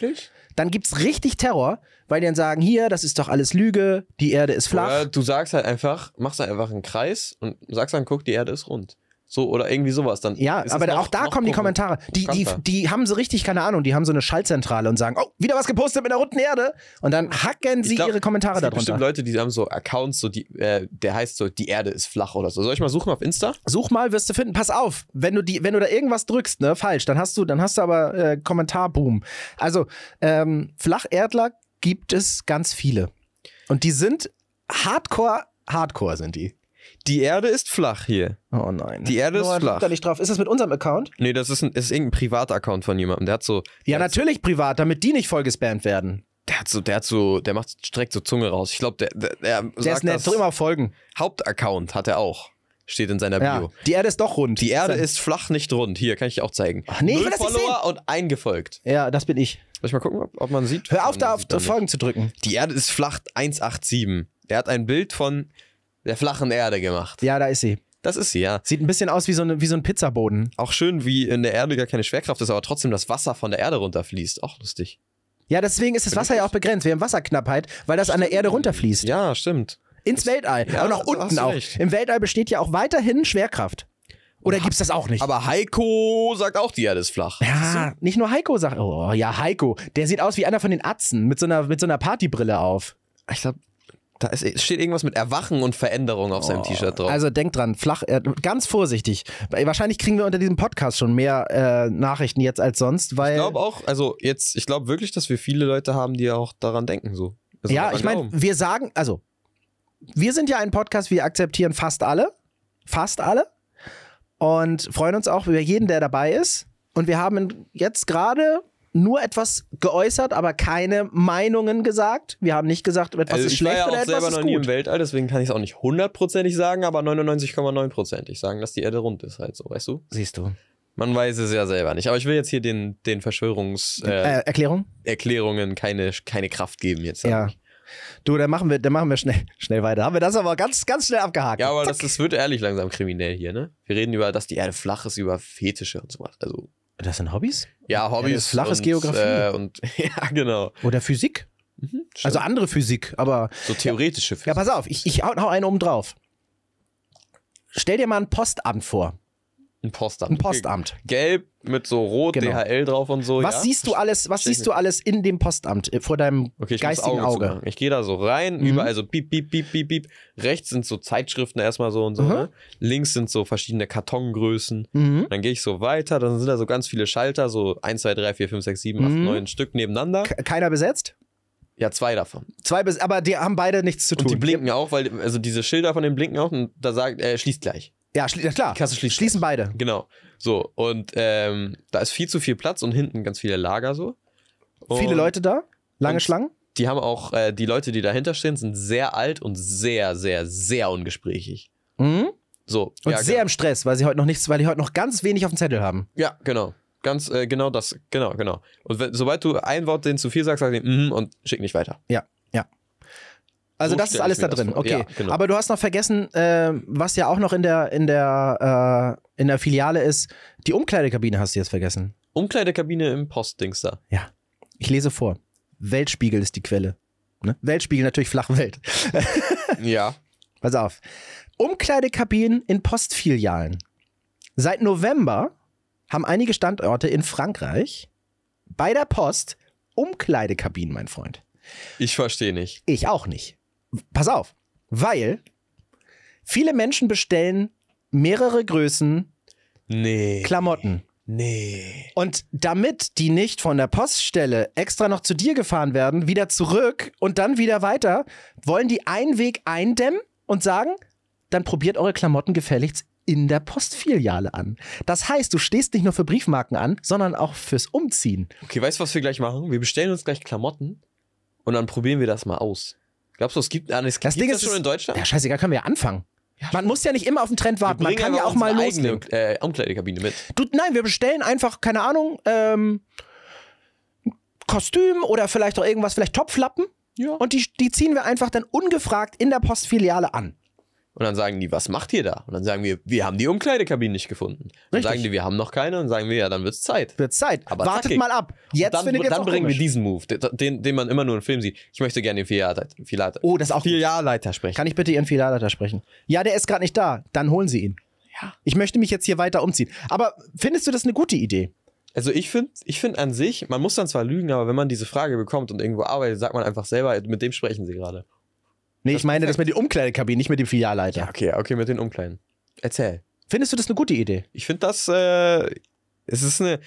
Dann gibt es richtig Terror, weil die dann sagen, hier, das ist doch alles Lüge, die Erde ist flach.
Oder du sagst halt einfach, machst halt einfach einen Kreis und sagst dann, guck, die Erde ist rund. So, oder irgendwie sowas. Dann
Ja,
ist es
aber
noch-
auch da
noch
kommen die
provokant-
Kommentare. Die, die,
provokanter.
die haben so richtig keine Ahnung. Die haben so eine Schaltzentrale und sagen, oh, wieder was gepostet mit der runden Erde. Und dann hacken
Ich
sie
glaub,
ihre Kommentare
Es gibt bestimmt
darunter.
Leute, die haben so Accounts, so die, äh, der heißt so, die Erde ist flach oder so. Soll ich mal suchen auf Insta?
Such mal, wirst du finden. Pass auf, wenn du, die, wenn du da irgendwas drückst, ne, falsch, dann hast du, dann hast du aber äh, Kommentarboom. Also, ähm, Flacherdler gibt es ganz viele. Und die sind hardcore, hardcore sind die.
Die Erde ist flach hier.
Oh nein.
Die Erde ist
Noah,
flach.
guck Da nicht drauf. Ist das mit unserem Account?
Nee, das ist, ein, ist irgendein Privataccount von jemandem. Der hat so,
Ja,
der hat
natürlich privat, damit die nicht voll gespammt werden.
Der hat so, der hat so, der macht streckt so Zunge raus. Ich glaube, der, der, der,
Der
sagt
ist nett,
das-
drück mal auf folgen.
Hauptaccount hat er auch. Steht in seiner
Ja.
Bio.
Die Erde ist doch rund.
Die Erde
Sein-
ist flach, nicht rund. Hier kann ich auch zeigen.
Ach nee, ich will
Null
das nicht
Follower und eingefolgt.
Ja, das bin ich.
Soll ich mal gucken, ob, ob man sieht?
Hör auf,
Man
da auf
sieht man nicht.
Folgen zu drücken.
Die Erde ist flach 187. Er hat ein Bild von der flachen Erde gemacht.
Ja, da ist sie.
Das ist sie, ja.
Sieht ein bisschen aus wie so, eine, wie so ein Pizzaboden.
Auch schön, wie in der Erde gar keine Schwerkraft ist, aber trotzdem das Wasser von der Erde runterfließt. Auch lustig.
Ja, deswegen ist das Wasser ja auch begrenzt. Wir haben Wasserknappheit, weil das an der Erde runterfließt.
Ja, stimmt.
Ins Weltall.
Ja,
aber nach
hast du
unten auch.
recht.
Im Weltall besteht ja auch weiterhin Schwerkraft. Oder gibt's das auch nicht?
Aber Heiko sagt auch, die Erde ist flach.
ja, nicht nur Heiko sagt. Oh ja, Heiko. Der sieht aus wie einer von den Atzen mit so einer, mit so einer Partybrille auf.
Ich glaube, da ist, es steht irgendwas mit Erwachen und Veränderung auf seinem T-Shirt drauf.
Also denkt dran, flach, äh, ganz vorsichtig. Wahrscheinlich kriegen wir unter diesem Podcast schon mehr äh, Nachrichten jetzt als sonst, weil.
Ich glaube auch, also jetzt, ich glaube wirklich, dass wir viele Leute haben, die auch daran denken, so. Also
ja,
daran
ich meine,
glauben.
wir sagen, also, wir sind ja ein Podcast, wir akzeptieren fast alle, fast alle und freuen uns auch über jeden, der dabei ist. Und wir haben jetzt gerade nur etwas geäußert, aber keine Meinungen gesagt. Wir haben nicht gesagt, etwas
also
ist
ich war
schlecht
ja
oder
auch
etwas
selber
ist
noch nie im
gut.
Weltall, deswegen kann ich es auch nicht hundertprozentig sagen, aber 99,9%ig sagen, dass die Erde rund ist halt so, weißt du?
Siehst du.
Man weiß es ja selber nicht. Aber ich will jetzt hier den, den Verschwörungserklärungen
Äh, Erklärung?
äh, Erklärungen keine, keine Kraft geben jetzt.
Ja. Du, dann machen wir, dann machen wir schnell, schnell weiter. Haben wir das aber ganz, ganz schnell abgehakt.
Ja, aber
Zack.
das, das wird ehrlich langsam kriminell hier, ne? Wir reden über, dass die Erde flach ist, über Fetische und sowas. Also,
das sind Hobbys?
ja, Hobbys.
ist flach, ist
und,
Geografie.
Äh, und, ja, genau.
Oder Physik? Also andere Physik, aber
so theoretische Physik.
Ja, pass auf, ich, ich hau noch einen oben drauf. Stell dir mal ein Postamt vor.
Ein Postamt.
Ein Postamt.
Gelb mit so rot
Genau.
DHL drauf und so.
Was
Oh ja?
siehst du alles, was
Versteh ich
siehst du alles in dem Postamt äh, vor deinem
Okay, ich muss
geistigen
Augen
Auge?
zumachen. Ich gehe da so rein,
Mhm.
überall so piep, piep, piep, piep, piep. Rechts sind so Zeitschriften erstmal so und so.
Mhm.
Ne? Links sind so verschiedene Kartongrößen.
Mhm.
Dann gehe ich so weiter, dann sind da so ganz viele Schalter, so 1, 2, 3, 4, 5, 6, 7, 8,
Mhm.
9 Stück nebeneinander.
Ke- Keiner besetzt?
Ja, zwei davon.
Zwei bes aber die haben beide nichts zu tun.
Und die blinken auch, weil also diese Schilder von denen blinken auch und da sagt, äh, schließt gleich.
Ja, schli ja klar.
Die Kasse schließt
Schließen beide.
Genau. So, und ähm, da ist viel zu viel Platz und hinten ganz viele Lager so.
Viele
Und-
Leute da, lange
und-
Schlangen.
die haben auch, äh, die Leute, die dahinter stehen, sind sehr alt und sehr, sehr, sehr ungesprächig.
Mhm.
So.
Und
ja,
sehr im Stress, weil sie heute noch nichts, weil die heute noch ganz wenig auf dem Zettel haben.
Genau. Ja, genau. Ganz äh, genau das. Genau, genau. Und wenn, sobald du ein Wort denen zu viel sagst, sag denen mhm und schick nicht weiter.
Also
So
das ist
stell ich
alles
mir
da
das
drin.
vor.
Okay.
Ja, genau.
Aber du hast noch vergessen, äh, was ja auch noch in der in der äh, in der Filiale ist. Die Umkleidekabine hast du jetzt vergessen.
Umkleidekabine im Postdings da.
Ich lese vor. Weltspiegel ist die Quelle. Ne? Weltspiegel natürlich flache Welt.
ja.
Pass auf. Umkleidekabinen in Postfilialen. Seit November haben einige Standorte in Frankreich bei der Post Umkleidekabinen, mein Freund.
Ich verstehe nicht.
Ich auch nicht. Pass auf, weil viele Menschen bestellen mehrere Größen
Nee.
Klamotten.
Nee.
Und damit die nicht von der Poststelle extra noch zu dir gefahren werden, wieder zurück und dann wieder weiter, wollen die einen Weg eindämmen und sagen, dann probiert eure Klamotten gefälligst in der Postfiliale an. Das heißt, du stehst nicht nur für Briefmarken an, sondern auch fürs Umziehen.
Okay, weißt du, was wir gleich machen? Wir bestellen uns gleich Klamotten und dann probieren wir das mal aus. Glaubst du, es gibt, ah, es
Das
das
Ding
das
ist,
schon
es-
in Deutschland?
Ja, scheißegal, können wir ja anfangen. Man muss ja nicht immer auf den Trend warten, man
bringen
kann ja
einfach
auch mal
unsere
loslegen.
eigene, äh, Umkleidekabine mit.
Du, nein, wir bestellen einfach, keine Ahnung, ähm, Kostüm oder vielleicht auch irgendwas, vielleicht Topflappen.
Ja.
Und die, die ziehen wir einfach dann ungefragt in der Postfiliale an.
Und dann sagen die, was macht ihr da? Und dann sagen wir, wir haben die Umkleidekabine nicht gefunden. Dann
Richtig.
sagen die, wir haben noch keine. Und dann sagen wir, ja, dann wird's Zeit.
Wird Zeit.
Aber
Wartet
zackig.
mal ab. Jetzt
und dann,
findet ihr
dann
auch
bringen
komisch.
wir diesen Move, den- den, den man immer nur im Film sieht. Ich möchte gerne den Filialleiter, Filialleiter,
Oh, das ist auch gut.
Filialleiter sprechen.
Kann ich bitte Ihren Filialleiter sprechen? Ja, der ist gerade nicht da. Dann holen Sie ihn. Ich möchte mich jetzt hier weiter umziehen. Aber findest du das eine gute Idee?
Also ich finde ich find an sich, man muss dann zwar lügen, aber wenn man diese Frage bekommt und irgendwo arbeitet, sagt man einfach selber, mit dem sprechen sie gerade.
Nee,
Das
ich meine das mit den Umkleidekabinen, nicht mit dem Filialleiter.
Ja, okay, okay, mit den Umkleiden. Erzähl.
Findest du das eine gute Idee?
Ich finde das, äh, es ist eine,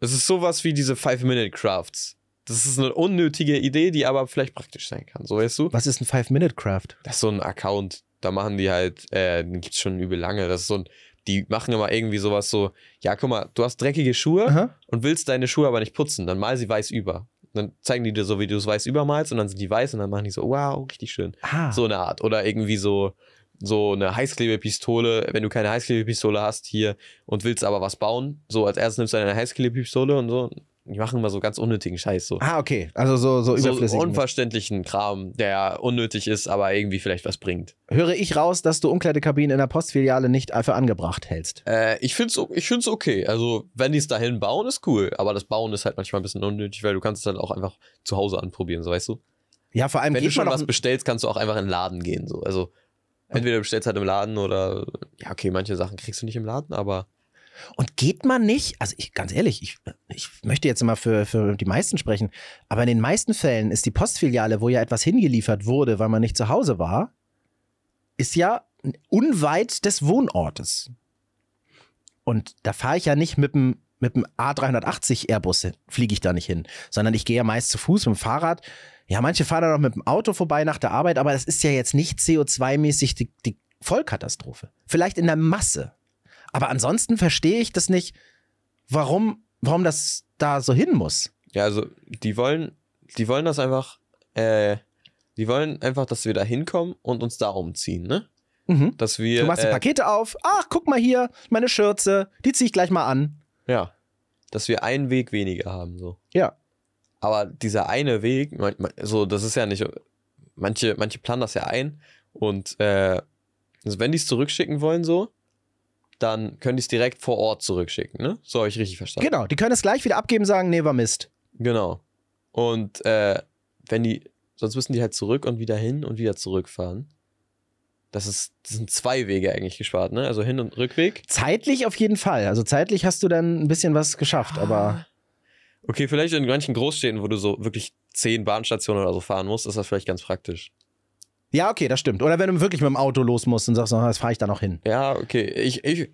es ist sowas wie diese Five-Minute-Crafts. Das ist eine unnötige Idee, die aber vielleicht praktisch sein kann. So weißt du?
Was ist ein Five-Minute-Craft?
Das ist so ein Account, da machen die halt, äh, den gibt's schon übel lange. Das ist so ein, die machen immer irgendwie sowas so, ja, guck mal, du hast dreckige Schuhe
Aha.
und willst deine Schuhe aber nicht putzen, dann mal sie weiß über. Dann zeigen die dir so, wie du es weiß übermalst und dann sind die weiß und dann machen die so, wow, richtig schön.
Ah.
So eine Art. Oder irgendwie so, so eine Heißklebepistole, wenn du keine Heißklebepistole hast hier und willst aber was bauen, so als erstes nimmst du eine Heißklebepistole und so. Die machen immer so ganz unnötigen Scheiß. So,
Ah, okay. Also so, so
so
überflüssig.
unverständlichen Kram, der unnötig ist, aber irgendwie vielleicht was bringt.
Höre ich raus, dass du Umkleidekabinen in der Postfiliale nicht für angebracht hältst.
Äh, ich find's, o- ich find's okay. Also, wenn die es dahin bauen, ist cool. Aber das Bauen ist halt manchmal ein bisschen unnötig, weil du kannst es halt auch einfach zu Hause anprobieren, so weißt du.
Ja, vor allem
Wenn du
geht
schon
man
was
auch.
bestellst, kannst du auch einfach in den Laden gehen. So. Also entweder du bestellst halt im Laden oder ja, okay, manche Sachen kriegst du nicht im Laden, aber
Und geht man nicht, also ich, ganz ehrlich, ich, ich möchte jetzt immer für, für die meisten sprechen, aber in den meisten Fällen ist die Postfiliale, wo ja etwas hingeliefert wurde, weil man nicht zu Hause war, ist ja unweit des Wohnortes. Und da fahre ich ja nicht mit dem mit dem A380 Airbus hin- fliege ich da nicht hin, sondern ich gehe ja meist zu Fuß mit dem Fahrrad. Ja, manche fahren dann auch mit dem Auto vorbei nach der Arbeit, aber das ist ja jetzt nicht CO2-mäßig die, die Vollkatastrophe. Vielleicht in der Masse. Aber ansonsten verstehe ich das nicht, warum, warum das da so hin muss.
ja, also die wollen, die wollen das einfach, äh, die wollen einfach, dass wir da hinkommen und uns da umziehen, ne?
Mhm.
Dass wir.
Du machst die
äh,
Pakete auf. Ach, guck mal hier, meine Schürze. Die ziehe ich gleich mal an.
Ja. Dass wir einen Weg weniger haben, so.
Ja.
Aber dieser eine Weg, man- man- so, das ist ja nicht. Manche, manche planen das ja ein und äh, also wenn die es zurückschicken wollen, so, dann können die es direkt vor Ort zurückschicken, ne? So habe ich richtig verstanden.
Genau, die können es gleich wieder abgeben, sagen, nee, war Mist.
Genau. Und äh, wenn die, sonst müssen die halt zurück und wieder hin und wieder zurückfahren. Das, ist, das sind zwei Wege eigentlich gespart, ne? Also Hin- und Rückweg.
Zeitlich auf jeden Fall. Also zeitlich hast du dann ein bisschen was geschafft, aber
Ah. Okay, vielleicht in manchen Großstädten, wo du so wirklich zehn Bahnstationen oder so fahren musst, ist das vielleicht ganz praktisch.
ja, okay, das stimmt. Oder wenn du wirklich mit dem Auto los musst und sagst, ah, das fahre ich da noch hin.
Ja, okay. Ich, ich,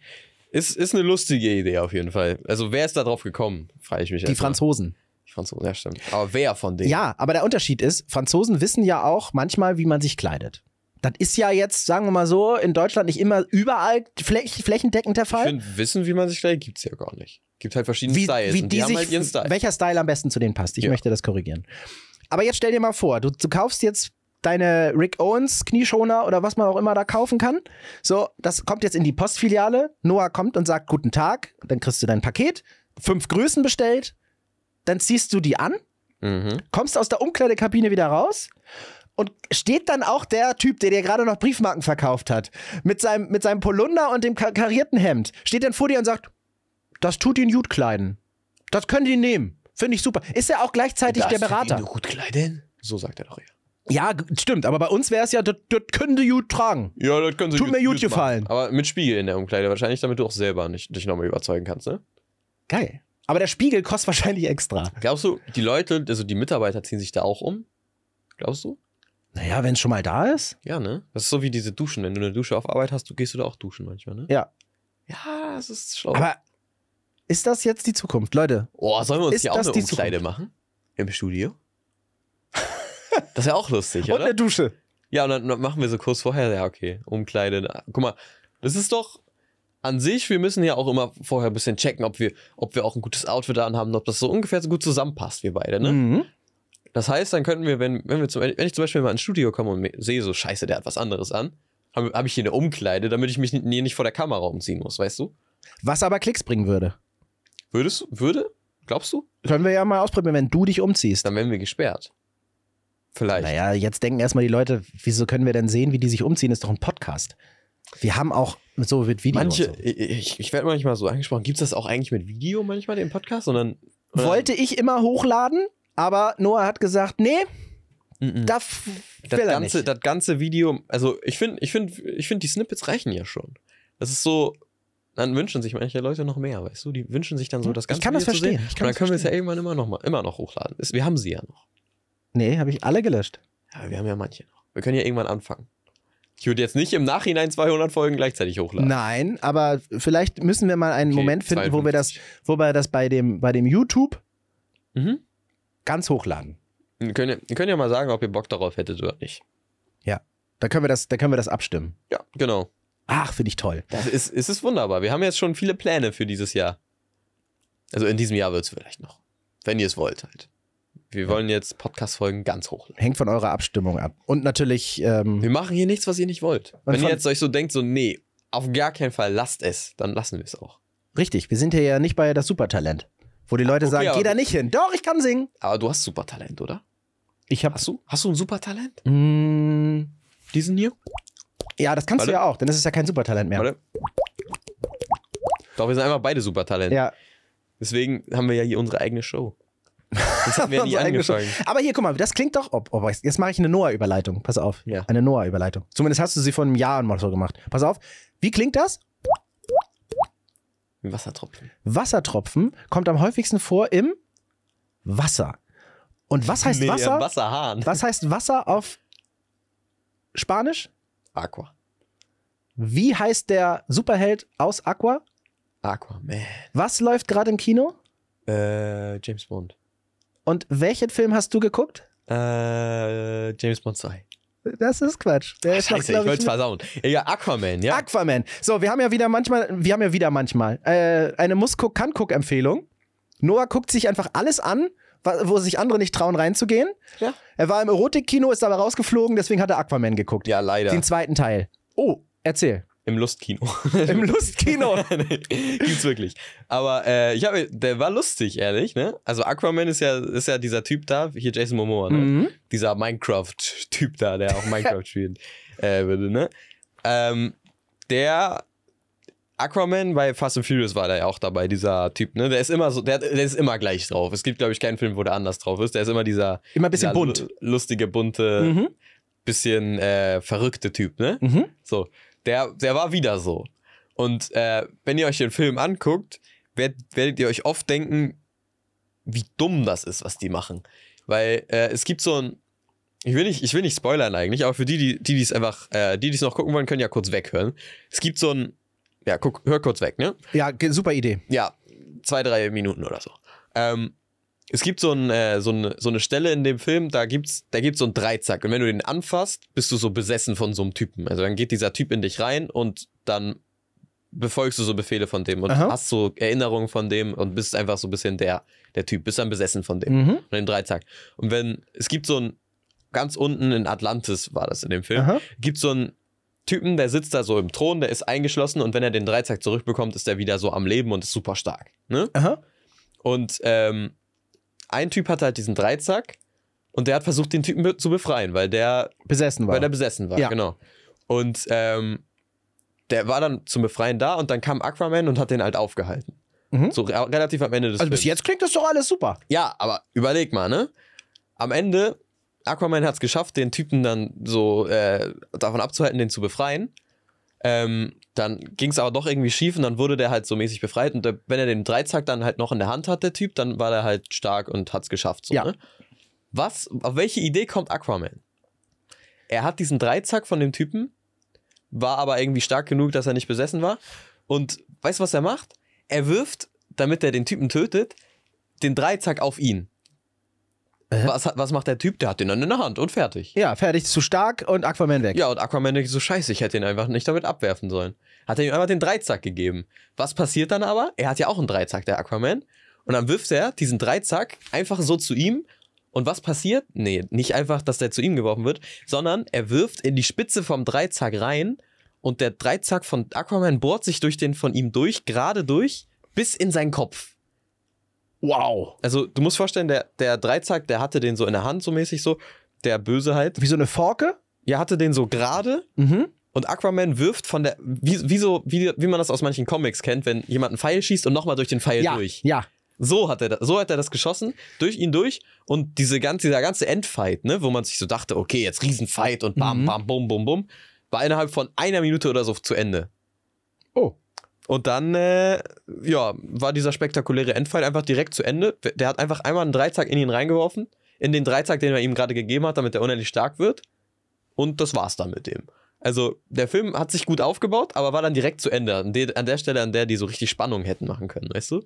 ist, ist eine lustige Idee auf jeden Fall. Also wer ist da drauf gekommen, frage ich mich.
Die
erstmal.
Franzosen.
Die Franzosen, ja stimmt. Aber wer von denen?
Ja, aber der Unterschied ist, Franzosen wissen ja auch manchmal, wie man sich kleidet. Das ist ja jetzt, sagen wir mal so, in Deutschland nicht immer überall fläch flächendeckend der
Ich
Fall.
finde, wissen, wie man sich gleich, gibt's ja gar nicht. Gibt halt verschiedene
Wie,
Styles.
wie
und
die
haben
sich,
halt ihren Style.
welcher Style am besten zu denen passt. Ich
Ja.
möchte das korrigieren. Aber jetzt stell dir mal vor, du, du kaufst jetzt deine Rick Owens Knieschoner oder was man auch immer da kaufen kann. So, das kommt jetzt in die Postfiliale. Noah kommt und sagt guten Tag. Dann kriegst du dein Paket. Fünf Größen bestellt. Dann ziehst du die an.
mhm.
kommst aus der Umkleidekabine wieder raus und steht dann auch der Typ, der dir gerade noch Briefmarken verkauft hat, mit seinem, mit seinem Polunder und dem ka- karierten Hemd, steht dann vor dir und sagt, das tut ihn gut kleiden. Das können die nehmen. Finde ich super. Ist ja auch gleichzeitig der Berater.
gut kleiden? So sagt er doch ja.
Ja, g- stimmt. Aber bei uns wäre es ja, das das können die gut tragen.
Ja, das können sie
Tut mir gut
machen.
gefallen.
Aber mit Spiegel in der Umkleide wahrscheinlich, damit du auch selber nicht, dich nochmal überzeugen kannst, ne?
Geil. Aber der Spiegel kostet wahrscheinlich extra.
Glaubst du, die Leute, also die Mitarbeiter ziehen sich da auch um? Glaubst du?
Naja, wenn es schon mal da ist.
Ja, ne? Das ist so wie diese Duschen. Wenn du eine Dusche auf Arbeit hast, du gehst du da auch duschen manchmal, ne?
Ja.
Ja, das ist schlau.
Aber ist das jetzt die Zukunft? Leute,
oh, sollen wir uns
ist
hier auch
das
eine
die
Umkleide machen? Im Studio? das ist ja auch lustig,
und
oder?
eine Dusche.
Ja, und dann machen wir so kurz vorher, ja, okay, Umkleide. na, Guck mal, das ist doch an sich, wir müssen ja auch immer vorher ein bisschen checken, ob wir, ob wir auch ein gutes Outfit anhaben, ob das so ungefähr so gut zusammenpasst, wir beide, ne?
Mhm.
Das heißt, dann könnten wir, wenn, wenn, wir zum, wenn ich zum Beispiel mal ins Studio komme und me- sehe so, scheiße, der hat was anderes an, habe hab ich hier eine Umkleide, damit ich mich n- hier nicht vor der Kamera umziehen muss, weißt du?
Was aber Klicks bringen würde.
Würdest du, würde? Glaubst du?
Können wir ja mal ausprobieren, wenn du dich umziehst.
Dann wären wir gesperrt. Vielleicht.
Naja, jetzt denken erstmal die Leute, wieso können wir denn sehen, wie die sich umziehen? Ist doch ein Podcast. Wir haben auch so mit Video.
Manche,
und
ich, ich- ich werde manchmal so angesprochen, gibt es das auch eigentlich mit Video manchmal, den Podcast? Und dann,
so. Wollte ich immer hochladen, aber Noah hat gesagt, nee,
Mhm.
da f-
das
will er
ganze,
nicht.
das ganze Video, also ich finde, ich finde, ich finde, die Snippets reichen ja schon. Das ist so, dann wünschen sich manche Leute noch mehr, weißt du? Die wünschen sich dann so das
Hm, Ich
ganze
kann das
Video zu
verstehen,
Sehen.
ich kann
Und dann
das
können wir es ja irgendwann immer noch, mal, immer noch hochladen. Ist, wir haben sie ja noch.
Nee, habe ich alle gelöscht.
Ja, wir haben ja manche noch. Wir können ja irgendwann anfangen. Ich würde jetzt nicht im Nachhinein 200 Folgen gleichzeitig hochladen.
Nein, aber vielleicht müssen wir mal einen
Okay,
Moment finden, wo wir das,
52.
wo wir das bei dem, bei dem YouTube
Mhm.
ganz hochladen.
Ihr könnt, ja- ihr könnt ja mal sagen, ob ihr Bock darauf hättet oder nicht.
Da können wir das, da können wir das abstimmen.
Ja, genau.
Ach, finde ich toll.
Das ist, es ist wunderbar. Wir haben jetzt schon viele Pläne für dieses Jahr. Also in diesem Jahr wird es vielleicht noch. Wenn ihr es wollt halt. Wir wollen jetzt Podcast-Folgen ganz hochladen.
Hängt von eurer Abstimmung ab. Und natürlich, ähm,
Wir machen hier nichts, was ihr nicht wollt.
Und
Wenn ihr
von-
jetzt euch so denkt, so, nee, auf gar keinen Fall, lasst es, dann lassen wir es auch.
richtig, wir sind hier ja nicht bei das Supertalent, wo die Leute
Okay,
sagen,
aber-
geh da nicht hin. Doch, ich kann singen.
Aber du hast Supertalent, oder?
Ich habe
Hast du? Hast du ein Supertalent?
Mm,
Diesen hier?
ja, das kannst
Warte.
du ja auch, denn das ist ja kein Supertalent mehr.
Warte. Doch, wir sind einfach beide Supertalent.
Ja.
Deswegen haben wir ja hier unsere eigene Show. Das haben wir nie
Unsere eigene Show.
angefangen.
Aber hier, guck mal, das klingt doch. Oh, oh, jetzt mache ich eine Noah-Überleitung. Pass auf.
Ja.
Eine Noah-Überleitung. Zumindest hast du sie vor einem Jahr mal so gemacht. Pass auf. Wie klingt das?
Ein Wassertropfen.
Wassertropfen kommt am häufigsten vor im Wasser. Und was heißt
Nee,
Wasser?
ein Wasserhahn.
Was heißt Wasser auf Spanisch?
Aqua.
Wie heißt der Superheld aus Aqua?
Aquaman.
Was läuft gerade im Kino?
Äh, James Bond.
Und welchen Film hast du geguckt?
Äh, James Bond 2.
Das ist Quatsch. Der ist noch,
Scheiße, ich
glaub
wollte es
mit-
versauen. Egal, Aquaman, ja?
Aquaman. So, wir haben ja wieder manchmal, wir haben ja wieder manchmal äh, eine Muss-Guck-Kann-Guck-Empfehlung. Noah guckt sich einfach alles an, wa- wo sich andere nicht trauen reinzugehen.
Ja.
Er war im Erotikkino, ist aber rausgeflogen, deswegen hat er Aquaman geguckt.
ja, leider.
Den zweiten Teil. Oh, erzähl.
Im Lustkino.
Im Lustkino.
Nee, Gibt's wirklich. Aber äh, ich habe, der war lustig, ehrlich, ne? Also Aquaman ist ja, ist ja dieser Typ da, hier Jason Momoa, ne?
Mhm.
Dieser Minecraft-Typ da, der auch Minecraft spielen äh, würde, ne? Ähm, der Aquaman bei Fast and Furious war da ja auch dabei, dieser Typ, ne? Der ist immer so, der, der ist immer gleich drauf. Es gibt, glaube ich, keinen Film, wo der anders drauf ist. Der ist immer dieser
Immer ein bisschen
dieser
bunt.
lu- äh, Lustige, bunte,
Mhm.
bisschen äh, verrückte Typ, ne?
Mhm.
So, der, der war wieder so. Und äh, wenn ihr euch den Film anguckt, werd, werdet ihr euch oft denken, wie dumm das ist, was die machen. Weil äh, es gibt so ein. Ich will, nicht, ich will nicht spoilern eigentlich, aber für die, die die es einfach, äh, die, die es noch gucken wollen, können ja kurz weghören. Es gibt so ein. Ja, guck, hör kurz weg, ne?
Ja, ge- super Idee.
ja, zwei, drei Minuten oder so. Ähm, es gibt so, ein, äh, so, eine, so eine Stelle in dem Film, da gibt's, da gibt's so einen Dreizack. Und wenn du den anfasst, bist du so besessen von so einem Typen. Also dann geht dieser Typ in dich rein und dann befolgst du so Befehle von dem und
Aha.
hast so Erinnerungen von dem und bist einfach so ein bisschen der, der Typ, bist dann besessen von dem
Mhm.
von dem Dreizack. Und wenn, es gibt so ein, ganz unten in Atlantis war das in dem Film,
Aha.
gibt so einen Typen, der sitzt da so im Thron, der ist eingeschlossen und wenn er den Dreizack zurückbekommt, ist er wieder so am Leben und ist super stark. Ne?
Aha.
Und ähm, ein Typ hatte halt diesen Dreizack und der hat versucht, den Typen be- zu befreien, weil der,
Besessen war.
weil der besessen war.
Ja.
Genau. Und ähm, der war dann zum Befreien da und dann kam Aquaman und hat den halt aufgehalten.
Mhm.
So re relativ am Ende des
Also bis
Films.
jetzt klingt das doch alles super.
Ja, aber überleg mal, ne? Am Ende, Aquaman hat es geschafft, den Typen dann so äh, davon abzuhalten, den zu befreien. Ähm, dann ging es aber doch irgendwie schief und dann wurde der halt so mäßig befreit. Und der, wenn er den Dreizack dann halt noch in der Hand hat, der Typ, dann war der halt stark und hat es geschafft. So,
Ja.
ne? Was, auf welche Idee kommt Aquaman? Er hat diesen Dreizack von dem Typen, war aber irgendwie stark genug, dass er nicht besessen war. Und weißt du, was er macht? Er wirft, damit er den Typen tötet, den Dreizack auf ihn.
Äh?
Was, hat- was macht der Typ? Der hat den dann in der Hand und fertig.
Ja, fertig, zu stark und Aquaman weg.
Ja, und Aquaman denkt so, scheiße, ich hätte ihn einfach nicht damit abwerfen sollen. Hat er ihm einfach den Dreizack gegeben. Was passiert dann aber? Er hat ja auch einen Dreizack, der Aquaman. Und dann wirft er diesen Dreizack einfach so zu ihm. Und was passiert? Nee, nicht einfach, dass der zu ihm geworfen wird, sondern er wirft in die Spitze vom Dreizack rein und der Dreizack von Aquaman bohrt sich durch den von ihm durch, gerade durch, bis in seinen Kopf.
Wow.
Also, du musst vorstellen, der, der Dreizack, der hatte den so in der Hand, so mäßig so. Der Böse halt.
Wie so eine Forke.
Ja, hatte den so gerade
Mhm.
und Aquaman wirft von der, wie, wie, so, wie, wie man das aus manchen Comics kennt, wenn jemand einen Pfeil schießt und nochmal durch den Pfeil
Ja,
durch.
ja.
So hat, er, da- so hat er das geschossen, durch ihn durch und diese ganze, dieser ganze Endfight, ne, wo man sich so dachte, okay, jetzt Riesenfight und bam,
Mhm.
bam, bum, bum, bum, war innerhalb von einer Minute oder so zu Ende.
Oh.
Und dann, äh, ja, war dieser spektakuläre Endfight einfach direkt zu Ende. Der hat einfach einmal einen Dreizack in ihn reingeworfen. In den Dreizack, den er ihm gerade gegeben hat, damit er unendlich stark wird. Und das war's dann mit dem. Also, der Film hat sich gut aufgebaut, aber war dann direkt zu Ende. An, de an der Stelle, an der die so richtig Spannung hätten machen können, weißt du?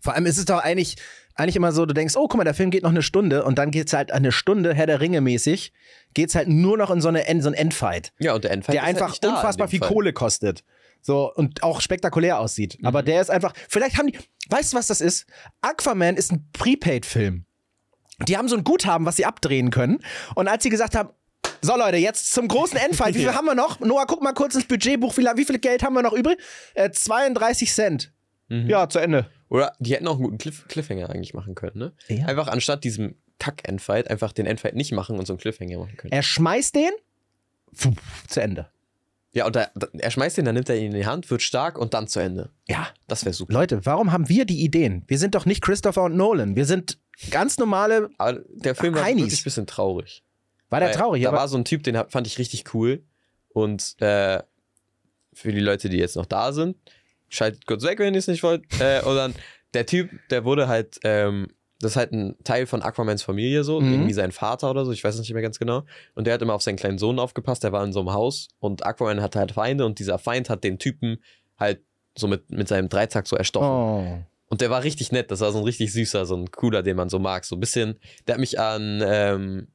Vor allem ist es doch eigentlich, eigentlich immer so, du denkst, oh, guck mal, der Film geht noch eine Stunde und dann geht's halt eine Stunde, Herr der Ringe mäßig, geht's halt nur noch in so, eine, End- so einen Endfight,
Ja, und der Endfight
der
ist halt
einfach
nicht da in
unfassbar
dem
viel
Fall. Mhm.
Kohle kostet. So, und auch spektakulär aussieht. Aber der ist einfach, vielleicht haben die, weißt du, was das ist? Aquaman ist ein Prepaid-Film. Die haben so ein Guthaben, was sie abdrehen können. Und als sie gesagt haben, so Leute, jetzt zum großen Endfight, wie viel haben wir noch? Noah, guck mal kurz ins Budgetbuch, wie, la- wie viel Geld haben wir noch übrig? Äh, 32 Cent.
Mhm.
Ja, zu Ende.
Oder die hätten auch einen guten Cliff Cliffhanger eigentlich machen können, ne?
Ja.
Einfach anstatt diesem Kack-Endfight einfach den Endfight nicht machen und so einen Cliffhanger machen können.
Er schmeißt den, pfuh, zu Ende.
ja, und da, da, er schmeißt den, dann nimmt er ihn in die Hand, wird stark und dann zu Ende.
Ja.
Das wäre super.
Leute, warum haben wir die Ideen? Wir sind doch nicht Christopher und Nolan. Wir sind ganz normale.
Aber der Film war
Heinis.
wirklich ein bisschen traurig.
War der
Weil
traurig,
Da
aber.
war so ein Typ, den hab- fand ich richtig cool. Und äh, für die Leute, die jetzt noch da sind, schaltet kurz weg, wenn ihr es nicht wollt. Äh, und dann, der Typ, der wurde halt, ähm, das ist halt ein Teil von Aquamans Familie so,
Mhm.
irgendwie sein Vater oder so, ich weiß es nicht mehr ganz genau. Und der hat immer auf seinen kleinen Sohn aufgepasst, der war in so einem Haus und Aquaman hatte halt Feinde und dieser Feind hat den Typen halt so mit, mit seinem Dreizack so erstochen.
oh.
Und der war richtig nett. Das war so ein richtig süßer, so ein cooler, den man so mag. So ein bisschen. Der hat mich an, ähm,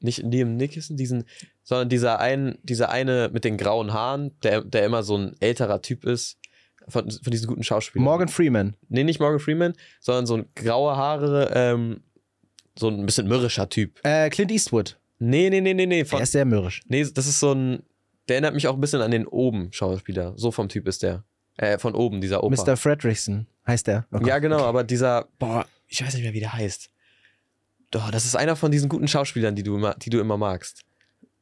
nicht Liam Nicholson, diesen, sondern dieser, ein, dieser eine mit den grauen Haaren, der, der immer so ein älterer Typ ist. Von, von diesen guten Schauspielern.
Morgan Freeman.
Nee, nicht Morgan Freeman, sondern so ein graue Haare, ähm, so ein bisschen mürrischer Typ.
Äh, Clint Eastwood.
Nee, nee, nee, nee, nee.
Der
Von,
ist sehr mürrisch.
nee, das ist so ein. Der erinnert mich auch ein bisschen an den Oben-Schauspieler. So vom Typ ist der. Äh, von oben, dieser Opa.
Mr. Fredrickson heißt der. Oh Gott.
Ja, genau, aber dieser, boah, ich weiß nicht mehr, wie der heißt. Doch, das ist einer von diesen guten Schauspielern, die du immer, die du immer magst.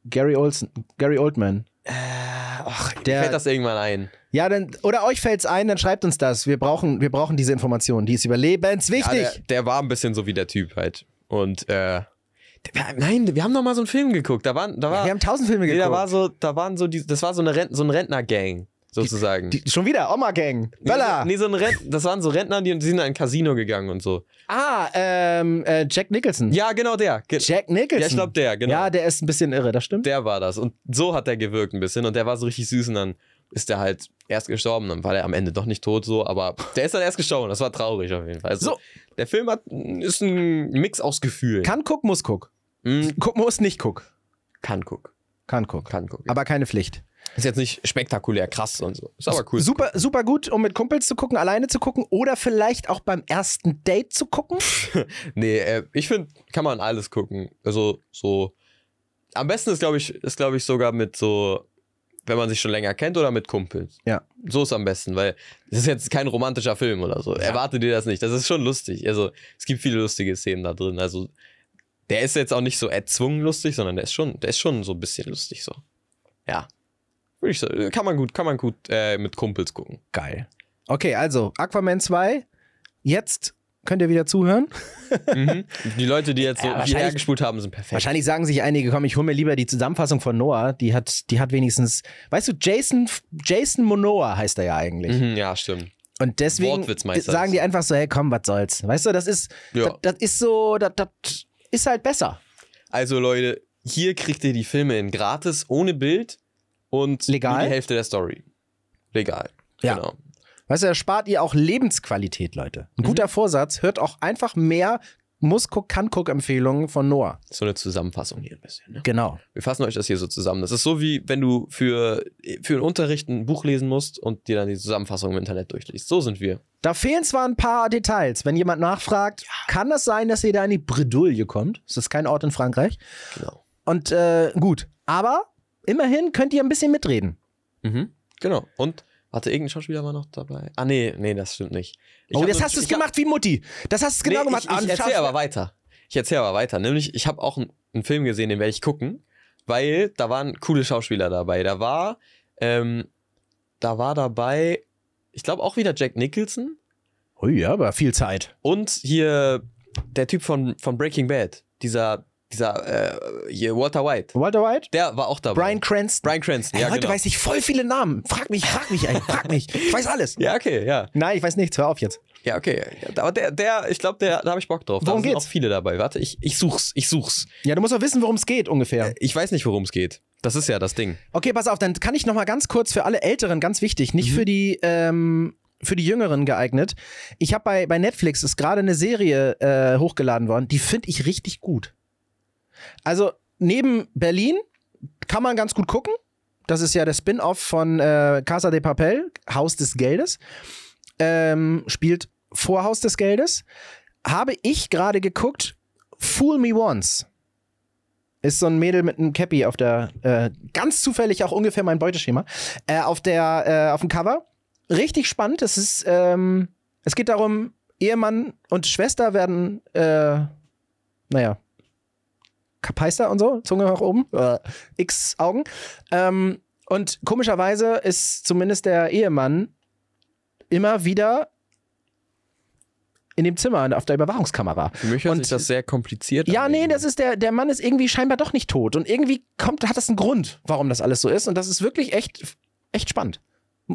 Gary Olson. Gary Oldman.
Ach,
Ah, Der-
mir fällt das irgendwann ein.
Ja, dann, oder euch fällt's ein, dann schreibt uns das. Wir brauchen, wir brauchen diese Information. Die ist
Ja,
überlebenswichtig.
der, der war ein bisschen so wie der Typ halt. Und, äh, der, wir- nein, wir haben noch mal so einen Film geguckt. Da waren, da war,
wir haben tausend Filme
nee,
geguckt.
da war so, da waren so die, das war so eine Rent, so ein Rentner-Gang, sozusagen.
die, schon wieder, Oma Gang.
Nee,
Bella.
so- Nee, so ein Rent, das waren so Rentner, die die sind in ein Casino gegangen und so.
Ah, ähm, äh, Jack Nicholson.
Ja, genau der. Ge
Jack Nicholson.
Ja, ich glaub, der, genau.
Ja, der ist ein bisschen irre, das stimmt.
der war das. Und so hat er gewirkt ein bisschen. Und der war so richtig süß. Und dann ist der halt erst gestorben. Dann war der am Ende doch nicht tot so. Aber der ist dann erst gestorben. Das war traurig auf jeden Fall. Also,
So.
Der Film hat, ist ein Mix aus Gefühlen.
Kann guck, muss guck.
Mm,
Guck, muss nicht guck.
kann gucken.
Kann guck.
Kann gucken.
Aber keine Pflicht.
ist jetzt nicht spektakulär krass und so. Ist aber cool.
Super, super gut, um mit Kumpels zu gucken, alleine zu gucken oder vielleicht auch beim ersten Date zu gucken.
Nee, äh, ich finde, kann man alles gucken. Also so. Am besten ist, glaube ich, ist, glaube ich, sogar mit so, wenn man sich schon länger kennt oder mit Kumpels.
Ja.
So ist am besten, weil es ist jetzt kein romantischer Film oder so. Erwartet ihr das nicht. Das ist schon lustig. Also, es gibt viele lustige Szenen da drin. Also, der ist jetzt auch nicht so erzwungen lustig, sondern der ist schon, der ist schon so ein bisschen lustig so. Ja. Würde ich sagen, kann man gut, kann man gut äh, mit Kumpels gucken.
Geil. Okay, also Aquaman 2. Jetzt könnt ihr wieder zuhören.
Mhm. Die Leute, die jetzt so
Ja,
ja,
wahrscheinlich-
hierher gespult haben, sind perfekt.
Wahrscheinlich sagen sich einige, komm, ich hole mir lieber die Zusammenfassung von Noah. Die hat, die hat wenigstens, weißt du, Jason, Jason Monoa heißt er ja eigentlich.
Mhm, ja, stimmt.
Und deswegen
Wortwitzmeister
sagen
ist
die
er.
einfach so, hey, komm, was soll's. Weißt du, das ist,
Ja.
das, das ist so, das, das ist halt besser.
Also Leute, hier kriegt ihr die Filme in gratis, ohne Bild und
Legal?
nur die Hälfte der Story. Legal.
Ja.
Genau.
Weißt du, da spart ihr auch Lebensqualität, Leute. Ein
Mhm.
guter Vorsatz, hört auch einfach mehr Muss-Guck, Kann-Guck-Empfehlungen von Noah.
So eine Zusammenfassung hier ein bisschen. Ne?
Genau.
Wir fassen euch das hier so zusammen. Das ist so wie, wenn du für, für einen Unterricht ein Buch lesen musst und dir dann die Zusammenfassung im Internet durchliest. So sind wir.
Da fehlen zwar ein paar Details. Wenn jemand nachfragt, kann das sein, dass ihr da in die Bredouille kommt? Das ist kein Ort in Frankreich.
Genau.
Und äh, gut, aber immerhin könnt ihr ein bisschen mitreden.
Mhm. Genau. Und hatte irgendein Schauspieler mal noch dabei? Ah, nee, nee, das stimmt nicht. Ich
oh,
hab
das
nur-
hast du es
ich hab-
gemacht wie Mutti. Das hast du genau
Nee,
gemacht.
Ich, ich erzähle aber weiter. Ich erzähle aber weiter. Nämlich, ich habe auch einen, einen Film gesehen, den werde ich gucken, weil da waren coole Schauspieler dabei. Da war, ähm, da war dabei, ich glaube auch wieder Jack Nicholson
oh ja, aber viel Zeit.
und hier der Typ von, von Breaking Bad, dieser, dieser äh, hier, Walter White.
Walter White?
Der war auch dabei.
Brian Cranston.
Bryan Cranston,
Ey,
ja,
Heute
genau.
weiß ich voll viele Namen. Frag mich, frag mich, ey, frag mich. Ich weiß alles.
Ja, okay, ja.
Nein, ich weiß nichts. Hör auf jetzt.
Ja, okay. Ja, Aber der, der ich glaube, der, da habe ich Bock drauf.
Worum
da sind
geht's?
auch viele dabei. Warte, ich, ich such's, ich such's.
Ja, du musst doch wissen, worum es geht ungefähr.
Ich weiß nicht, worum es geht. Das ist ja das Ding.
Okay, pass auf, dann kann ich noch mal ganz kurz für alle Älteren, ganz wichtig, nicht für die ähm, für die Jüngeren geeignet. Ich habe bei, bei Netflix ist gerade eine Serie äh, hochgeladen worden, die finde ich richtig gut. Also neben Berlin kann man ganz gut gucken. Das ist ja der Spin-off von äh, Casa de Papel, Haus des Geldes. Ähm, spielt vor Haus des Geldes. Habe ich gerade geguckt, Fool Me Once. Ist so ein Mädel mit einem Cappy auf der, äh, ganz zufällig auch ungefähr mein Beuteschema, äh, auf der, äh, auf dem Cover. Richtig spannend. Es ist, ähm, es geht darum, Ehemann und Schwester werden, äh, naja, Kapeister und so, Zunge nach oben, äh, x Augen. Ähm, und komischerweise ist zumindest der Ehemann immer wieder in dem Zimmer auf der Überwachungskamera.
Für mich hört
Und-
sich das sehr kompliziert
Ja,
an.
nee, das ist der, der Mann ist irgendwie scheinbar doch nicht tot. Und irgendwie kommt, hat das einen Grund, warum das alles so ist. Und das ist wirklich echt, echt spannend.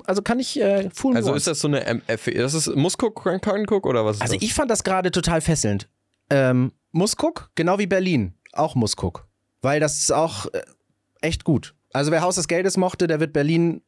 Also kann ich äh, Fool Me
Also
Once.
ist das so eine MF. Das ist Muskuk, Kankuck oder was ist
also
das?
ich fand das gerade total fesselnd. Ähm, Muskuk, genau wie Berlin, auch Muskuk. Weil das ist auch äh, echt gut. Also wer Haus des Geldes mochte, der wird Berlin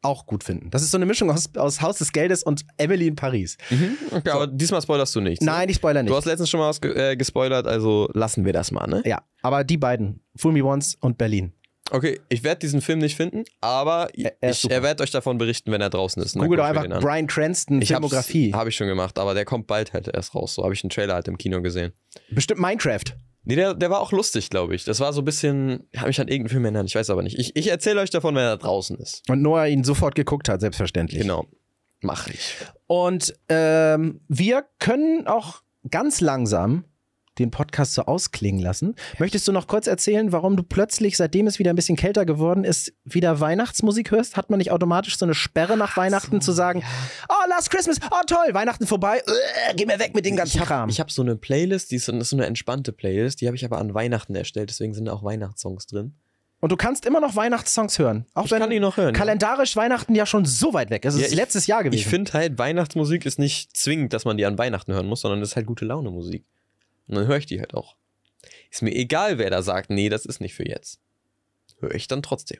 auch gut finden. Das ist so eine Mischung aus, aus Haus des Geldes und Emily in Paris.
Mhm. Okay, aber diesmal spoilerst du nichts. ne?
Nein, ich spoiler
Du
nicht.
hast letztens schon mal was ge äh, gespoilert, also lassen wir das mal, ne?
ja, aber die beiden, Fool Me Once und Berlin.
Okay, ich werde diesen Film nicht finden, aber ich,
er ist
ich
super.
werde euch davon berichten, wenn er draußen ist. ne?
Google doch einfach Brian Cranston, Filmografie.
Habe ich schon gemacht, aber der kommt bald halt erst raus. So habe ich einen Trailer halt im Kino gesehen.
Bestimmt Minecraft.
Nee, der, der war auch lustig, glaube ich. Das war so ein bisschen, habe mich an irgendeinen Film erinnert, ich weiß aber nicht. Ich, ich erzähle euch davon, wenn er draußen ist.
Und Noah ihn sofort geguckt hat, selbstverständlich.
Genau. Mach ich.
Und ähm, wir können auch ganz langsam den Podcast so ausklingen lassen. Möchtest du noch kurz erzählen, warum du plötzlich, seitdem es wieder ein bisschen kälter geworden ist, wieder Weihnachtsmusik hörst? Hat man nicht automatisch so eine Sperre nach Weihnachten zu sagen, oh, last Christmas, oh toll, Weihnachten vorbei, äh, geh mir weg mit dem ganzen
ich
Kram.
habe hab so eine Playlist, die ist, so- das ist so eine entspannte Playlist, die habe ich aber an Weihnachten erstellt, deswegen sind da auch Weihnachtssongs drin.
Und du kannst immer noch Weihnachtssongs hören. Auch
Ich
wenn
kann die noch hören. ja.
kalendarisch Weihnachten ja schon so weit weg ist. Es
Ja,
ist
ich-
letztes Jahr gewesen.
Ich finde halt, Weihnachtsmusik ist nicht zwingend, dass man die an Weihnachten hören muss, sondern das ist halt gute Laune Musik. Und dann höre ich die halt auch. Ist mir egal, wer da sagt, nee, das ist nicht für jetzt. Höre ich dann trotzdem.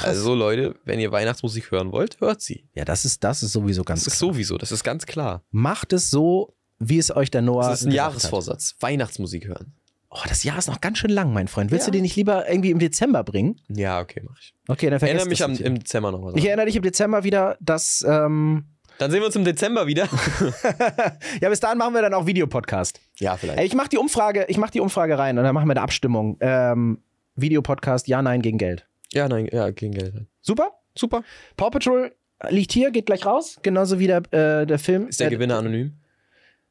Also Leute, wenn ihr Weihnachtsmusik hören wollt, hört sie.
ja, das ist, das ist sowieso ganz
Das ist
klar.
sowieso, das ist ganz klar.
Macht es so, wie es euch der Noah.
Das ist ein
gesagt hat.
Jahresvorsatz. Weihnachtsmusik hören.
Oh, das Jahr ist noch ganz schön lang, mein Freund. Willst
Ja.
du den nicht lieber irgendwie im Dezember bringen?
Ja, okay, mach ich.
Okay, dann vergiss
Erinnere mich
das
am,
nicht.
im Dezember nochmal
Ich
dran.
erinnere dich im Dezember wieder, dass. Ähm,
Dann sehen wir uns im Dezember wieder.
ja, bis dahin machen wir dann auch Videopodcast.
ja, vielleicht.
Ey, ich mache die Umfrage, ich mach die Umfrage rein und dann machen wir eine Abstimmung. Ähm, Videopodcast, ja, nein, gegen Geld.
Ja, nein, ja, gegen Geld. halt.
Super?
Super.
Paw Patrol liegt hier, geht gleich raus. Genauso wie der, äh, der Film.
Ist der Gewinner anonym?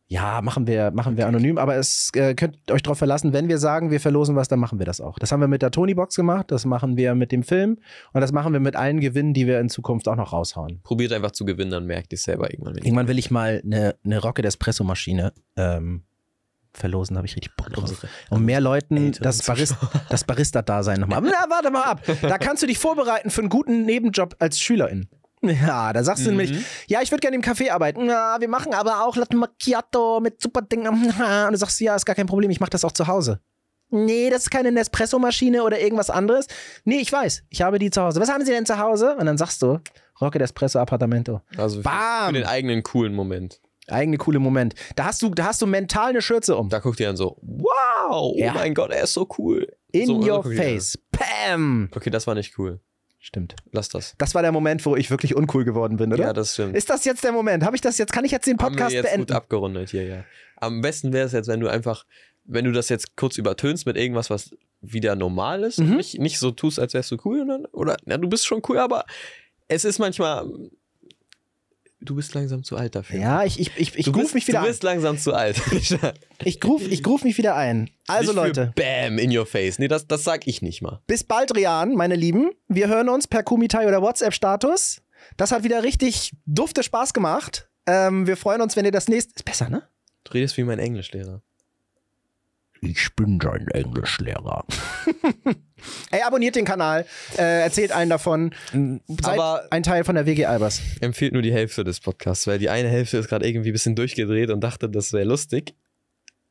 Ja, machen wir, machen wir anonym, aber es äh, könnt euch darauf verlassen, wenn wir sagen, wir verlosen was, dann machen wir das auch. Das haben wir mit der Tony-Box gemacht, das machen wir mit dem Film und das machen wir mit allen Gewinnen, die wir in Zukunft auch noch raushauen.
Probiert einfach zu gewinnen, dann merkt ihr es selber irgendwann. Wenn ihr
Irgendwann will ich mal eine, eine Rocket Espresso-Maschine ähm, verlosen, da habe ich richtig Bock drauf. Und mehr Leuten
Älteren
das, Barist das Barista-Dasein nochmal. Na, warte mal ab. Da kannst du dich vorbereiten für einen guten Nebenjob als Schülerin. Ja, da sagst du nämlich, ja, ich würde gerne im Café arbeiten. Na, wir machen aber auch Latte Macchiato mit super Dingen. Und du sagst, ja, ist gar kein Problem, ich mache das auch zu Hause. Nee, das ist keine Nespresso-Maschine oder irgendwas anderes. Nee, ich weiß, ich habe die zu Hause. Was haben Sie denn zu Hause? Und dann sagst du, Rocket Espresso Appartamento.
Also für,
Bam!
für den eigenen coolen Moment.
Eigene coole Moment. Da hast du, da hast du mental eine Schürze um.
Da guckt ihr dann so, wow,
Ja.
oh mein Gott, er ist so cool.
In
so, so
your
guckt ihr
face. Pam!
dann. Okay, das war nicht cool.
Stimmt.
Lass das.
Das war der Moment, wo ich wirklich uncool geworden bin, oder?
Ja, das stimmt.
ist das jetzt der Moment? Habe ich das jetzt? Kann ich jetzt den
Haben
Podcast
wir jetzt
beenden?
gut abgerundet hier, ja. Am besten wäre es jetzt, wenn du einfach, wenn du das jetzt kurz übertönst mit irgendwas, was wieder normal ist
Mhm.
und nicht, nicht so tust, als wärst du cool. Und dann, oder, na, du bist schon cool, aber es ist manchmal, du bist langsam zu alt dafür.
Ja, ich, ich, ich, ich
du
ruf
bist,
mich wieder
Du
ein.
bist langsam zu alt.
Ich ruf, ich ruf mich wieder ein. Also
nicht
Leute,
Für Bam, in your face. Nee, das, das sag ich nicht mal.
bis bald, Rian, meine Lieben. Wir hören uns per Kumitai oder WhatsApp-Status. Das hat wieder richtig dufte Spaß gemacht. Ähm, wir freuen uns, wenn ihr das nächste. Ist besser, ne?
Du redest wie mein Englischlehrer.
Ich bin dein Englischlehrer.
Ey, abonniert den Kanal, äh, erzählt allen davon. Seid
Mm, Aber-
ein Teil von der WG Albers.
Empfiehlt nur die Hälfte des Podcasts, weil die eine Hälfte ist gerade irgendwie ein bisschen durchgedreht und dachte, das wäre lustig.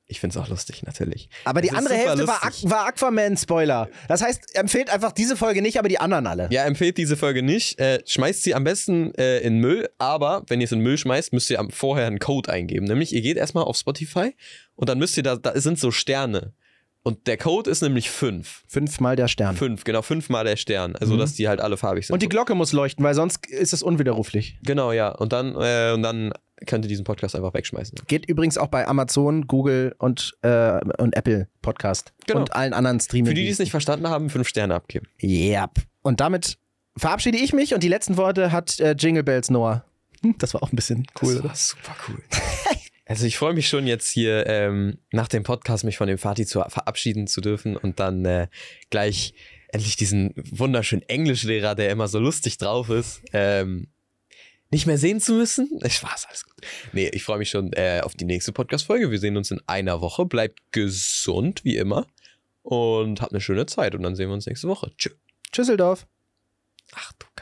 Ich find's auch lustig, natürlich.
Aber die
Es ist
andere
super
Hälfte war,
lustig.
Aqu- war Aquaman-Spoiler. Das heißt, empfehlt einfach diese Folge nicht, aber die anderen alle.
Ja, empfehlt diese Folge nicht. Äh, schmeißt sie am besten äh, in Müll, aber wenn ihr es in Müll schmeißt, müsst ihr am, vorher einen Code eingeben. Nämlich, ihr geht erstmal auf Spotify und dann müsst ihr da, da sind so Sterne. Und der Code ist nämlich 5.
Fünfmal der Stern.
5, genau, fünfmal der Stern. Also, dass die halt alle farbig sind.
Mhm. Und die Glocke muss leuchten, weil sonst ist es unwiderruflich.
genau, ja. Und dann, äh, und dann könnt ihr diesen Podcast einfach wegschmeißen.
Geht übrigens auch bei Amazon, Google und, äh, und Apple Podcast.
Genau.
Und allen anderen Streamern.
Für die, die es nicht verstanden haben, 5 Sterne abgeben.
Yep. Und damit verabschiede ich mich und die letzten Worte hat äh, Jingle Bells Noah. Hm, Das war auch ein bisschen cool.
Das war super cool. Also ich freue mich schon jetzt hier ähm, nach dem Podcast mich von dem Fatih zu verabschieden zu dürfen und dann äh, gleich endlich diesen wunderschönen Englischlehrer, der immer so lustig drauf ist, ähm, nicht mehr sehen zu müssen. Äh, Spaß, alles gut. Nee, ich freue mich schon äh, auf die nächste Podcast-Folge. Wir sehen uns in einer Woche. Bleibt gesund, wie immer. Und habt eine schöne Zeit. Und dann sehen wir uns nächste Woche. Tschö.
Tschüsseldorf.
Ach du.